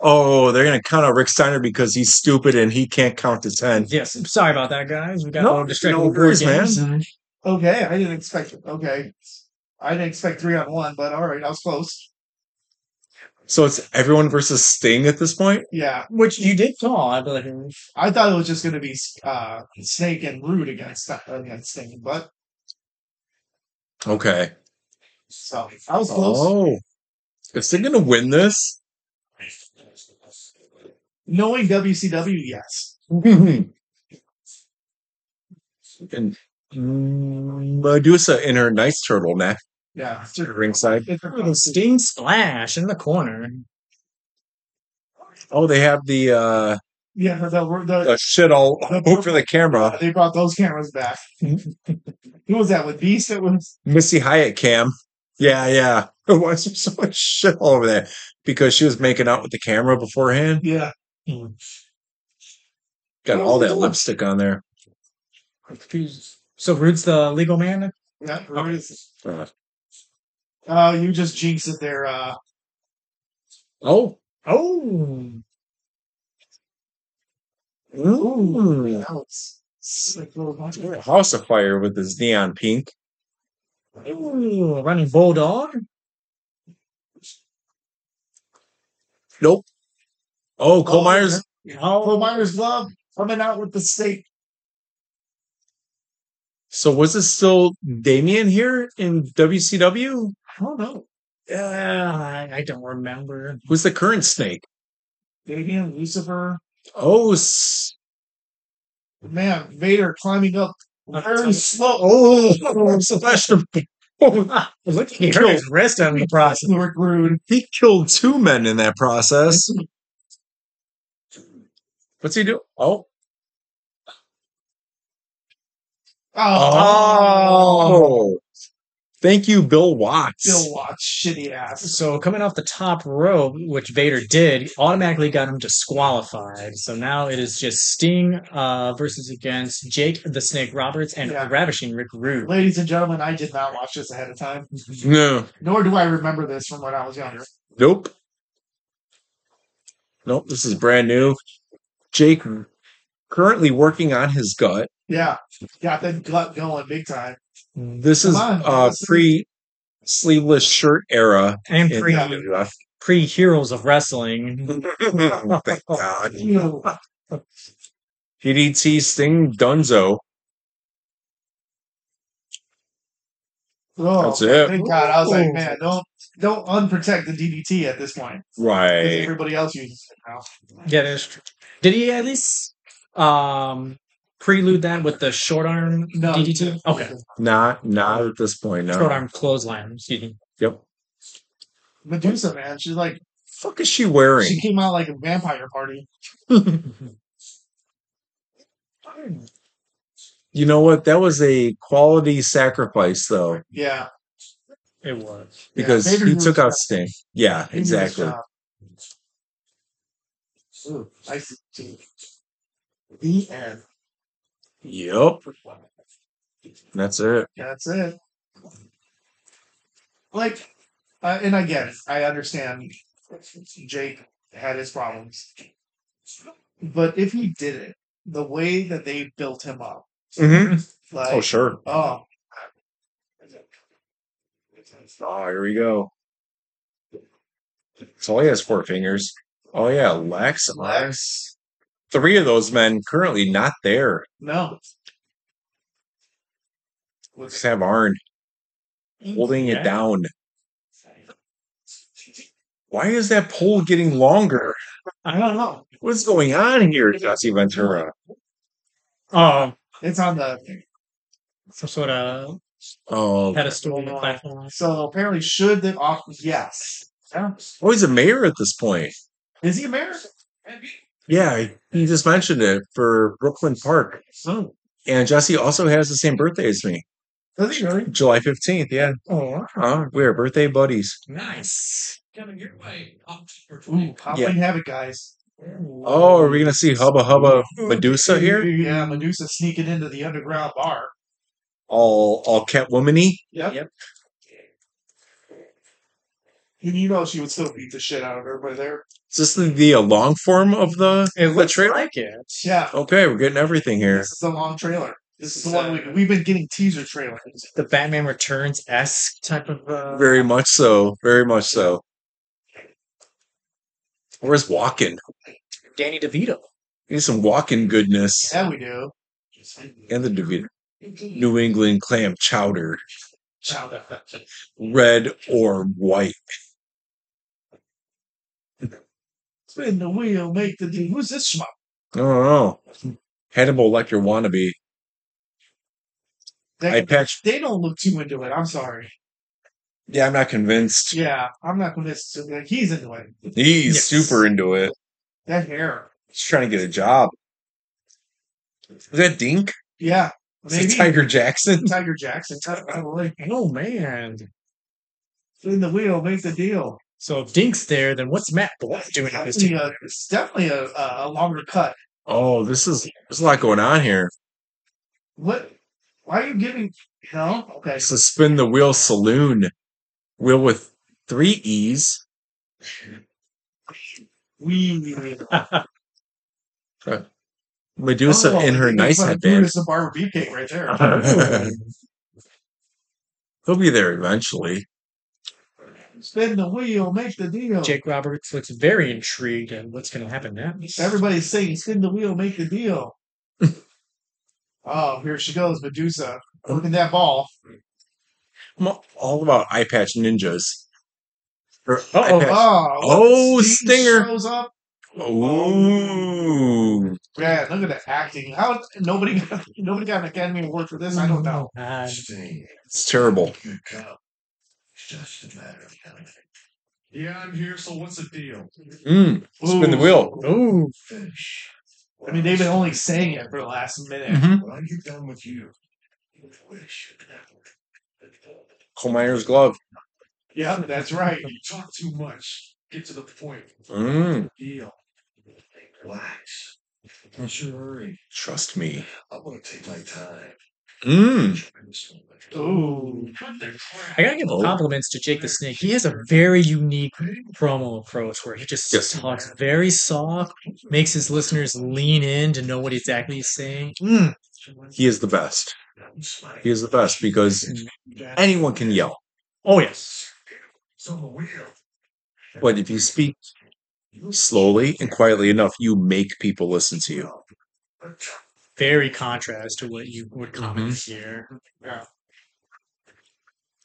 Oh, they're gonna count out Rick Steiner because he's stupid and he can't count to ten.
Yes. Sorry about that, guys. We got
No,
a little distracted
no
with board
worries, man.
games. uh,
okay. I didn't expect it. Okay, I didn't expect three on one, but all right, I was close.
So it's everyone versus Sting at this point.
Yeah,
Which you did call, I believe.
(laughs)
I thought it was just going to be uh, Snake and Rude against against Sting, but
Okay.
so I was close.
Oh, is Sting gonna win this?
Knowing WCW, yes.
and mm, Medusa in her nice turtleneck
Yeah, it's just-
ringside.
it's-
Look at the Steam Splash in the corner.
Oh, they have the uh,
yeah, the, the,
the shit all (laughs) over the camera.
they brought those cameras back. Who was that with Beast? It was
Missy Hyatt cam. Yeah, yeah. (laughs) There was so much shit all over there because she was making out with the camera beforehand.
yeah.
Got all
Oh.
that lipstick on there.
So Rude's the legal man.
Yeah, where is
Uh,
it? Oh, you just jinxed it there. Uh,
oh,
Oh,
Ooh.
that was like, little bunch of-
House of Fire with his neon pink.
Ooh, running bulldog.
Nope. Oh, Cole
Oh,
Myers.
Oh, Myers Glove coming out with the steak.
So was this still Damien here in WCW?
I don't know. Uh, I, I don't remember.
Who's the current snake?
Damien Lucifer.
Oh, s-
Man, Vader climbing up very slow.
oh, slashed him. Oh,
Look, he hurt his wrist on the process.
Rick Rude.
he killed two men in that process. What's he do? Oh,
Oh,
thank you, Bill Watts.
still watch shitty ass.
So coming off the top rope, which Vader did, automatically got him disqualified. So now it is just Sting uh, versus against Jake the Snake Roberts and
Yeah.
Ravishing Rick Rude.
Ladies and gentlemen, I did not watch this ahead of time,
No,
nor do I remember this from when I was younger.
nope, nope. This is brand new. Jake currently working on his gut.
Yeah, got that gut going big time.
This
Come
is
on,
uh,
Allison.
pre sleeveless shirt era.
And
in
(laughs)
pre
WWF.
pre heroes of wrestling.
(laughs) Thank God.
You know,
DDT Sting Dunzo.
oh,
That's it.
Thank God. I was like,
Ooh.
man, don't don't unprotect the DDT at this point. 'cause
Right.
Everybody else uses it now.
Yeah, that's true. Did he at least um prelude that with the short arm
No,
DDT? Okay.
Not not at this point.
Short
No.
arm clothesline, excuse me.
Yep.
Medusa, man, she's like
Fuck is she wearing?
she came out like a vampire party. (laughs)
you know what? That was a quality sacrifice though,
Yeah,
It was.
because
Vader
he
knew
took
his
out
job.
Sting. Yeah,
He knew his
exactly.
job. Ooh, I see. The end.
Yep. That's it.
That's it. Like, uh, and again, I understand Jake had his problems, but if he did it the way that they built him up, like,
Oh sure.
oh,
Oh, here we go. So he has four fingers. Oh yeah, Lex.
Lex,
Three of those men currently not there.
no,
Let's have Arn holding it down. Why is that pole getting longer?
I don't know.
What's going on here, Jesse Ventura?
Oh,
It's on the thing.
Some sort of
Oh,
pedestal on the
Yeah.
platform.
So apparently, should the off? Yes. Yeah.
oh, he's a mayor at this point.
Is he a mayor?
Yeah, he- he just mentioned it for Brooklyn Park.
Oh.
And Jesse also has the same birthday as me,
Does he really?
July 15th. Yeah.
Oh, wow.
Huh? We're birthday buddies.
nice.
Coming your way, October
Ooh,
20th.
Pop
Yeah.
Havoc, guys.
Oh, are we going to see Hubba Hubba Medusa here?
Yeah, Medusa sneaking into the underground bar.
All all Catwomany?
Yep.
Yep.
And you know she would still beat the shit out of everybody there.
Is this the, the uh, long form of the,
It
the
looks
trailer?
like it.
Yeah.
Okay, we're getting everything here.
This is the long trailer. This is the
This
one
is,
we,
uh,
we've been getting teaser trailers.
The Batman Returns esque type of. Uh,
Very much so. Very much so. Where's walking?
Danny DeVito.
We need some walking goodness.
Yeah, we do.
And the DeVito. New England clam chowder,
Chowder.
red or white.
Spin the wheel, make the deal. Who's this schmuck?
I don't know. Hannibal Lecter wannabe.
They,
I patch.
they don't look too into it. I'm sorry.
Yeah, I'm not convinced.
Yeah, I'm not going to. Like, he's into it.
He's
Yes.
super into it.
That hair.
He's trying to get a job. Is that Dink?
Yeah.
Is
Maybe
that Tiger
(laughs)
Jackson?
Tiger Jackson. Tiger, I like,
Oh, man.
spin the wheel, make the deal.
So if Dink's there, then what's Matt Black doing at this
Definitely
(laughs)
team?
a, it's definitely a, a a longer cut.
Oh, this is there's a lot going on here.
What? Why are you giving? No. Okay.
It's a spin the wheel saloon. Wheel with three E's.
We.
Medusa
Oh,
in her
it's
nice
like
headband. Uh-huh.
Brutus the Barber Beefcake right there.
(laughs)
He'll be there eventually.
Spin the wheel, make the deal.
Jake Roberts looks very intrigued and what's going to happen next.
Everybody's saying, spin the wheel, make
(laughs)
the deal. oh, here she goes, Medusa. Look at that ball.
I'm all about eye patch ninjas. Or
Uh-oh.
eye patch-
Oh,
Oh, Stinger.
shows up.
Ooh.
Man, look at the acting. How nobody got (laughs) nobody got an Academy Award for this? I don't know.
Uh,
It's terrible.
Just a matter of time. Yeah, I'm here, so what's the deal?
Mm. Spin the
Ooh.
wheel.
oh,
Finish.
I mean, they've been only saying it for the last minute.
Mhm.
When I get done with you, you wish
Cole Meyer's glove.
Yeah, that's right.
You talk too much. Get to the point.
Mm.
Deal. Relax. Don't you hurry.
Trust me.
I want to take my time.
Mm.
Ooh.
I gotta give
Oh.
compliments to Jake the Snake. He has a very unique promo approach where he just
Yes.
talks very soft, makes his listeners lean in to know what exactly he's saying. Mm,
He is the best. He is the best because anyone can yell.
Oh yes,
It's on the wheel.
But if you speak slowly and quietly enough, you make people listen to you.
very contrast to what you would comment here. Yeah.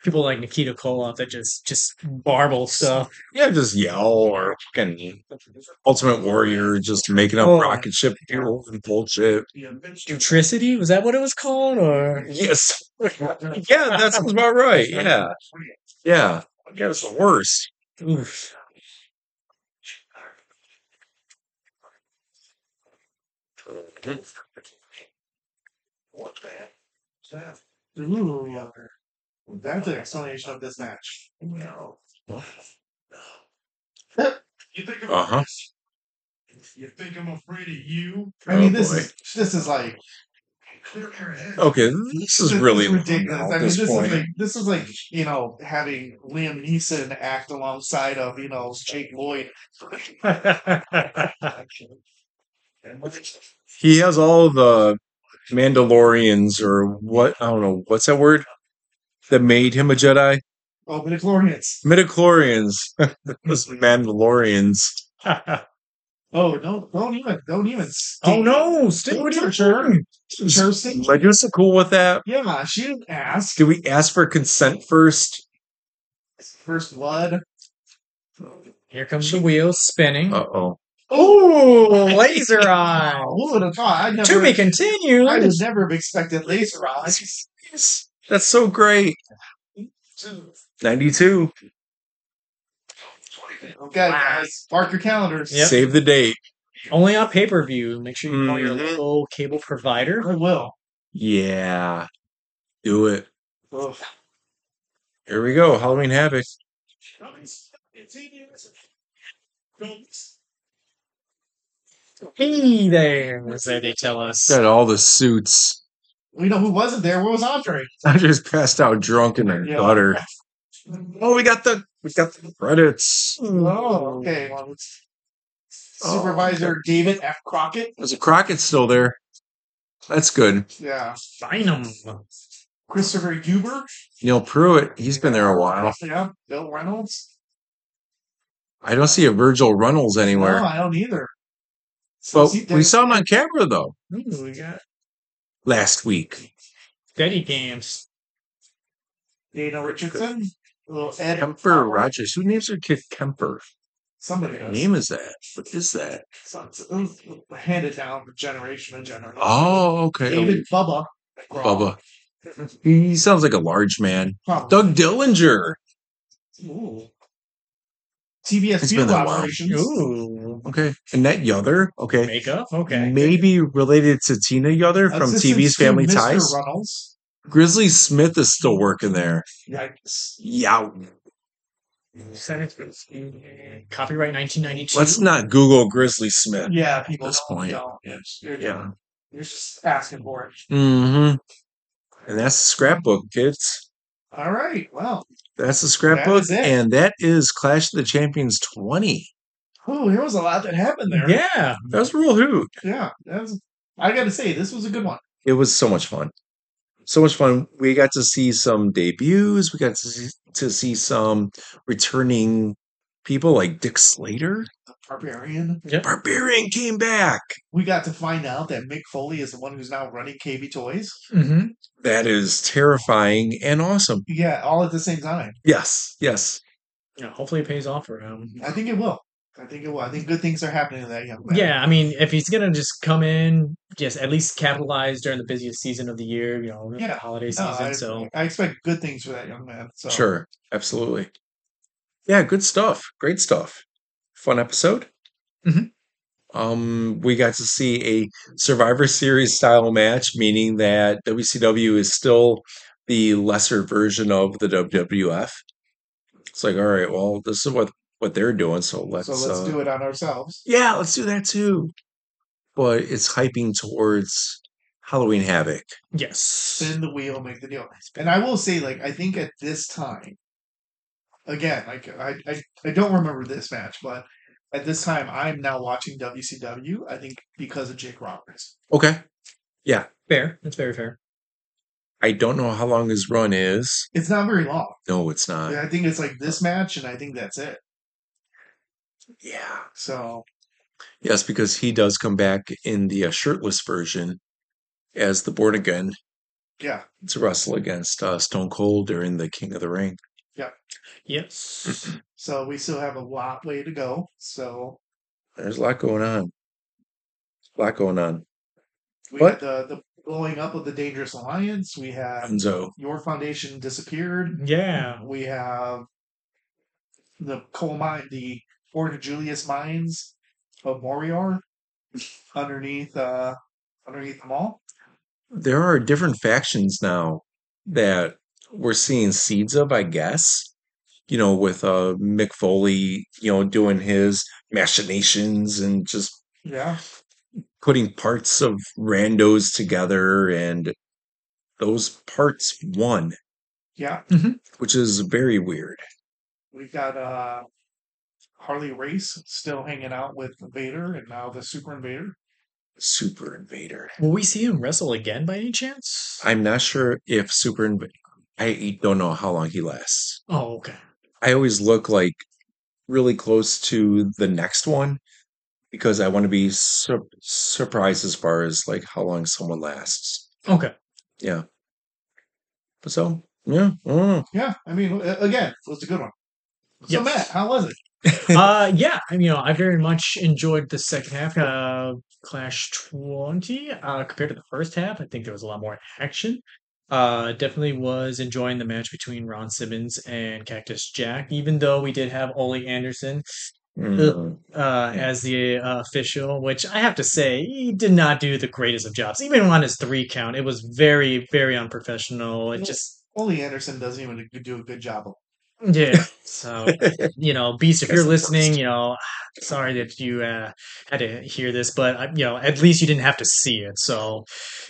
People like Nikita Koloff that just just barble stuff.
Yeah, just yell or fucking Ultimate Warrior, just making up
Oh.
rocket ship fuel and bullshit.
Dutricity was that what it was called? Or
Yes. (laughs) Yeah, that sounds about right. Yeah. Yeah. Yeah, it's the worst.
Oof.
Mm-hmm.
What that? That?
Ooh. That's an explanation of this match.
No. No. You think I'm
Uh huh.
you think I'm afraid of you?
I
Oh,
mean, this
boy.
is this is like
Clear your head.
Okay, this is really
ridiculous.
long now
I
at
mean, this,
this
is
point.
like this is like you know having Liam Neeson act alongside of you know Jake Lloyd. (laughs)
He has all the Mandalorians or what? I don't know. What's that word? That made him a Jedi?
Oh, but Glorians.
Midichlorians. (laughs) Those Mandalorians.
Oh, don't don't even don't even.
oh
stink.
no, Sting! What are you doing?
Kirsten.
Medusa cool with that?
Yeah, she didn't ask.
Do we ask for consent first?
First blood.
Here comes the wheel spinning.
Uh oh.
Ooh, laser eye.
Who would have thought? I
To
never.
be continued.
I would never have expected laser eyes.
Yes, that's so great. 92.
Okay, guys, mark your calendars.
Yep.
Save the date.
Only on pay per view. Make sure you call your
Mhm.
local cable provider.
I will.
Yeah. Do it.
Ugh.
Here we go. Halloween Havoc.
Hey there, so they tell us.
Got all the suits. (laughs)
We know who wasn't there. Where was Andre?
I just passed out drunk in the
Yeah.
gutter. Oh, we got the we got the credits.
Oh, okay. Oh, Well, it's Supervisor David F. Crockett.
There's a Crockett still there. That's good.
Yeah.
Find them.
Christopher Huber.
Neil Pruitt, he's been there a while.
Yeah. Bill Reynolds.
I don't see a Virgil Runnels anywhere.
No, I don't either. So
But
see,
we
there's-
saw him on camera though
Ooh, we got
last week.
steady games.
Dana Richardson. Little Ed
Kemper Rogers. Who names their kid Kemper?
Somebody
What
does.
name is that? What is that?
Some- it was handed down from generation to generation.
Oh, okay.
David Bubba.
Bubba. He sounds like a large man.
Probably.
Doug Dillinger.
Ooh. TBS
It's
Field
been a while.
Operations.
Ooh,
Okay. Annette Yother. Okay.
makeup. Okay,
Maybe related to Tina Yother from
Assistant
TV's
to
Family
Mr.
Ties.
Runnels.
Grizzly Smith is still working there.
Yikes.
Yeah.
Senate- copyright 1992.
Let's not Google Grizzly Smith.
Yeah, people
At this
don't,
point.
don't. It's- You're,
Yeah.
you're just asking for it.
Mm-hmm. And that's the scrapbook, kids.
All right. Well,
That's the scrapbook.
That is it.
and that is Clash of the Champions 20.
oh, there was a lot that happened there.
Yeah,
That was a real hoot.
Yeah. That was, I got to say, this was a good one.
it was so much fun. So much fun. We got to see some debuts. We got to see, to see some returning people like Dick Slater.
Barbarian.
Barbarian came back.
We got to find out that Mick Foley is the one who's now running KB Toys.
hmm
That is terrifying and awesome.
Yeah, all at the same time.
Yes, yes.
yeah. Hopefully, it pays off for him.
I think it will. I think it will. I think good things are happening to that young man.
Yeah, I mean, if he's gonna just come in, just at least capitalize during the busiest season of the year, you know,
Yeah.
holiday
No,
season.
I,
so
I expect good things for that young man. So
Sure, absolutely. Yeah, good stuff. Great stuff. Fun episode.
Mm-hmm.
Mhm.
Um, we got to see a Survivor Series style match, meaning that WCW is still the lesser version of the WWF. It's like, all right, well, this is what what they're doing, so let's,
so let's
uh,
do it on ourselves.
yeah, let's do that too. But it's hyping towards Halloween Havoc.
yes,
spin the wheel, make the deal. And I will say, like, I think at this time, again, like, I, I, I don't remember this match, but at this time, I'm now watching WCW, I think because of Jake Roberts.
Okay,
fair. That's very fair.
I don't know how long his run is.
It's not very long.
No, it's not.
I think it's like this match, and I think that's it.
yeah.
So,
Yes, because he does come back in the uh, shirtless version as the born again
yeah.
to wrestle against uh, Stone Cold during the King of the Ring.
(laughs)
Yes,
So we still have a lot way to go. So
There's a lot going on. A lot going on.
we
What?
had the, the blowing up of the Dangerous Alliance. We have
Enzo.
your foundation disappeared.
yeah.
We have the coal mine, the Order Julius mines of Morior underneath uh underneath the mall.
There are different factions now that we're seeing seeds of, I guess. You know, with uh, Mick Foley, you know, doing his machinations and just
Yeah.
putting parts of randos together, and those parts won.
Yeah.
which is very weird.
We've got uh Harley Race still hanging out with Vader and now the Super Invader.
Super Invader.
Will we see him wrestle again by any chance?
I'm not sure if Super Invader. I don't know how long he lasts.
oh, okay.
I always look like really close to the next one because I want to be sur- surprised as far as like how long someone lasts.
Okay.
Yeah. But so yeah, mm, I don't know.
Yeah, I mean a- again, it was a good one. So
Yes.
Matt, how was it?
uh, yeah, I mean, you know, I very much enjoyed the second half, uh, Clash 20, uh, compared to the first half. I think there was a lot more action. Uh, definitely was enjoying the match between Ron Simmons and Cactus Jack, even though we did have Ole Anderson
Mm.
uh, as the uh, official, which I have to say, he did not do the greatest of jobs. Even on his three count, it was very, very unprofessional. It just,
Only Anderson doesn't even do a good job. of
yeah.
(laughs)
So, you know, Beast, if
That's
you're
the
listening,
worst.
you know, sorry that you uh, had to hear this, but, uh, you know, at least you didn't have to see it. So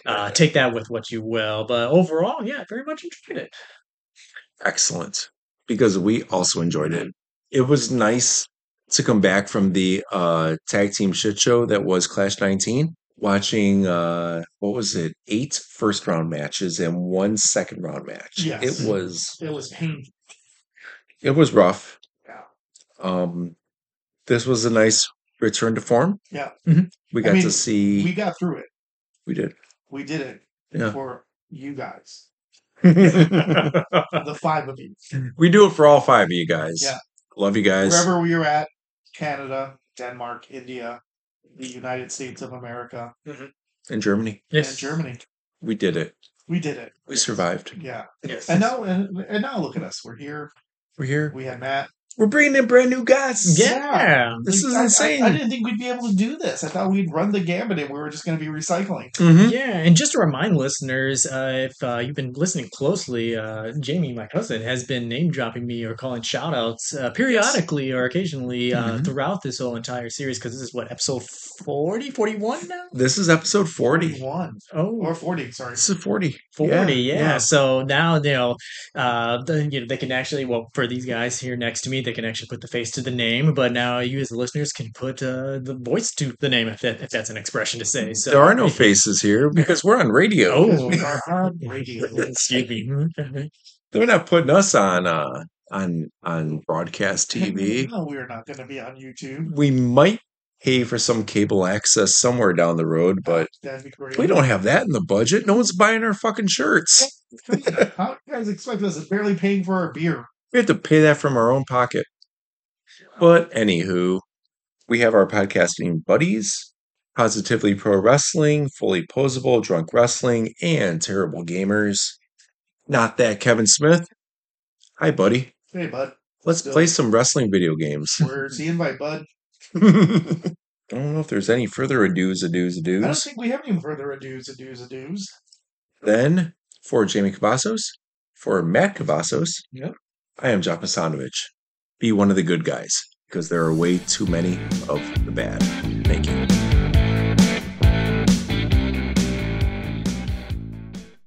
uh, take that with what you will. But overall, yeah, very much enjoyed it.
Excellent. Because we also enjoyed it. It was nice to come back from the uh, tag team shit show that was Clash 19, watching, uh, what was it, eight first round matches and one second round match.
Yes.
It was
It was painful.
it was rough.
Yeah.
Um, this was a nice return to form. Mm-hmm.
Yeah.
Mhm.
We
I
got
mean,
to see.
We
We,
got through it. (laughs)
did.
We did it
Yeah.
for you guys, the five of you,
we do it for all five of you guys.
Yeah.
Love you guys.
wherever we were at, Canada, Denmark, India, the United States of America,
In Germany,
Yes.
and Germany.
we did it.
We did it.
We survived.
Yeah.
Yes.
And now, and, and now look at us. We're here.
We're here.
We had Matt.
We're bringing in brand new guys.
Yeah.
This is
I- I-
insane.
I, didn't think we'd be able to do this. I thought we'd run the gambit and we were just going to be recycling.
Mhm.
Yeah, and just to remind listeners, uh, if uh, you've been listening closely, uh, Jamie, my cousin, has been name dropping me or calling shout outs uh, periodically or occasionally uh,
Mhm.
throughout this whole entire series because this is what, episode 40, 41 now?
This is episode 40.
41
Oh,
or 40, sorry.
This is 40.
40,
Yeah,
yeah.
yeah.
So now, you know, uh, the, you know, they can actually, well, for these guys here next to me, they can actually put the face to the name, but now you as the listeners can put uh, the voice to the name if, that, if that's an expression to say. So
there are
(laughs)
no faces here because we're on radio. (laughs)
Because
Oh, (laughs)
we are on radio.
excuse me. (laughs)
They're not putting us on uh, on on broadcast TV.
(laughs) No, we are not going to be on YouTube.
we might pay for some cable access somewhere down the road, but
That'd be great.
we don't have that in the budget. No one's buying our fucking shirts.
(laughs) How do you guys expect us? It's barely paying for our beer.
We have to pay that from our own pocket. But anywho, we have our podcasting buddies, Positively Pro Wrestling, Fully Posable, Drunk Wrestling, and Terrible Gamers. Not that Kevin Smith. Hi, buddy.
Hey, bud.
Let's play some wrestling video games.
(laughs) Where's the invite, bud?
I don't know if there's any further ados, ados,
I don't
ados.
think we have any further ados, ados, ados.
Then for Jamie Cavazos, for Matt Cavazos,
Yep.
I am Jock Masanovich. Be one of the good guys because there are way too many of the bad. Thank you.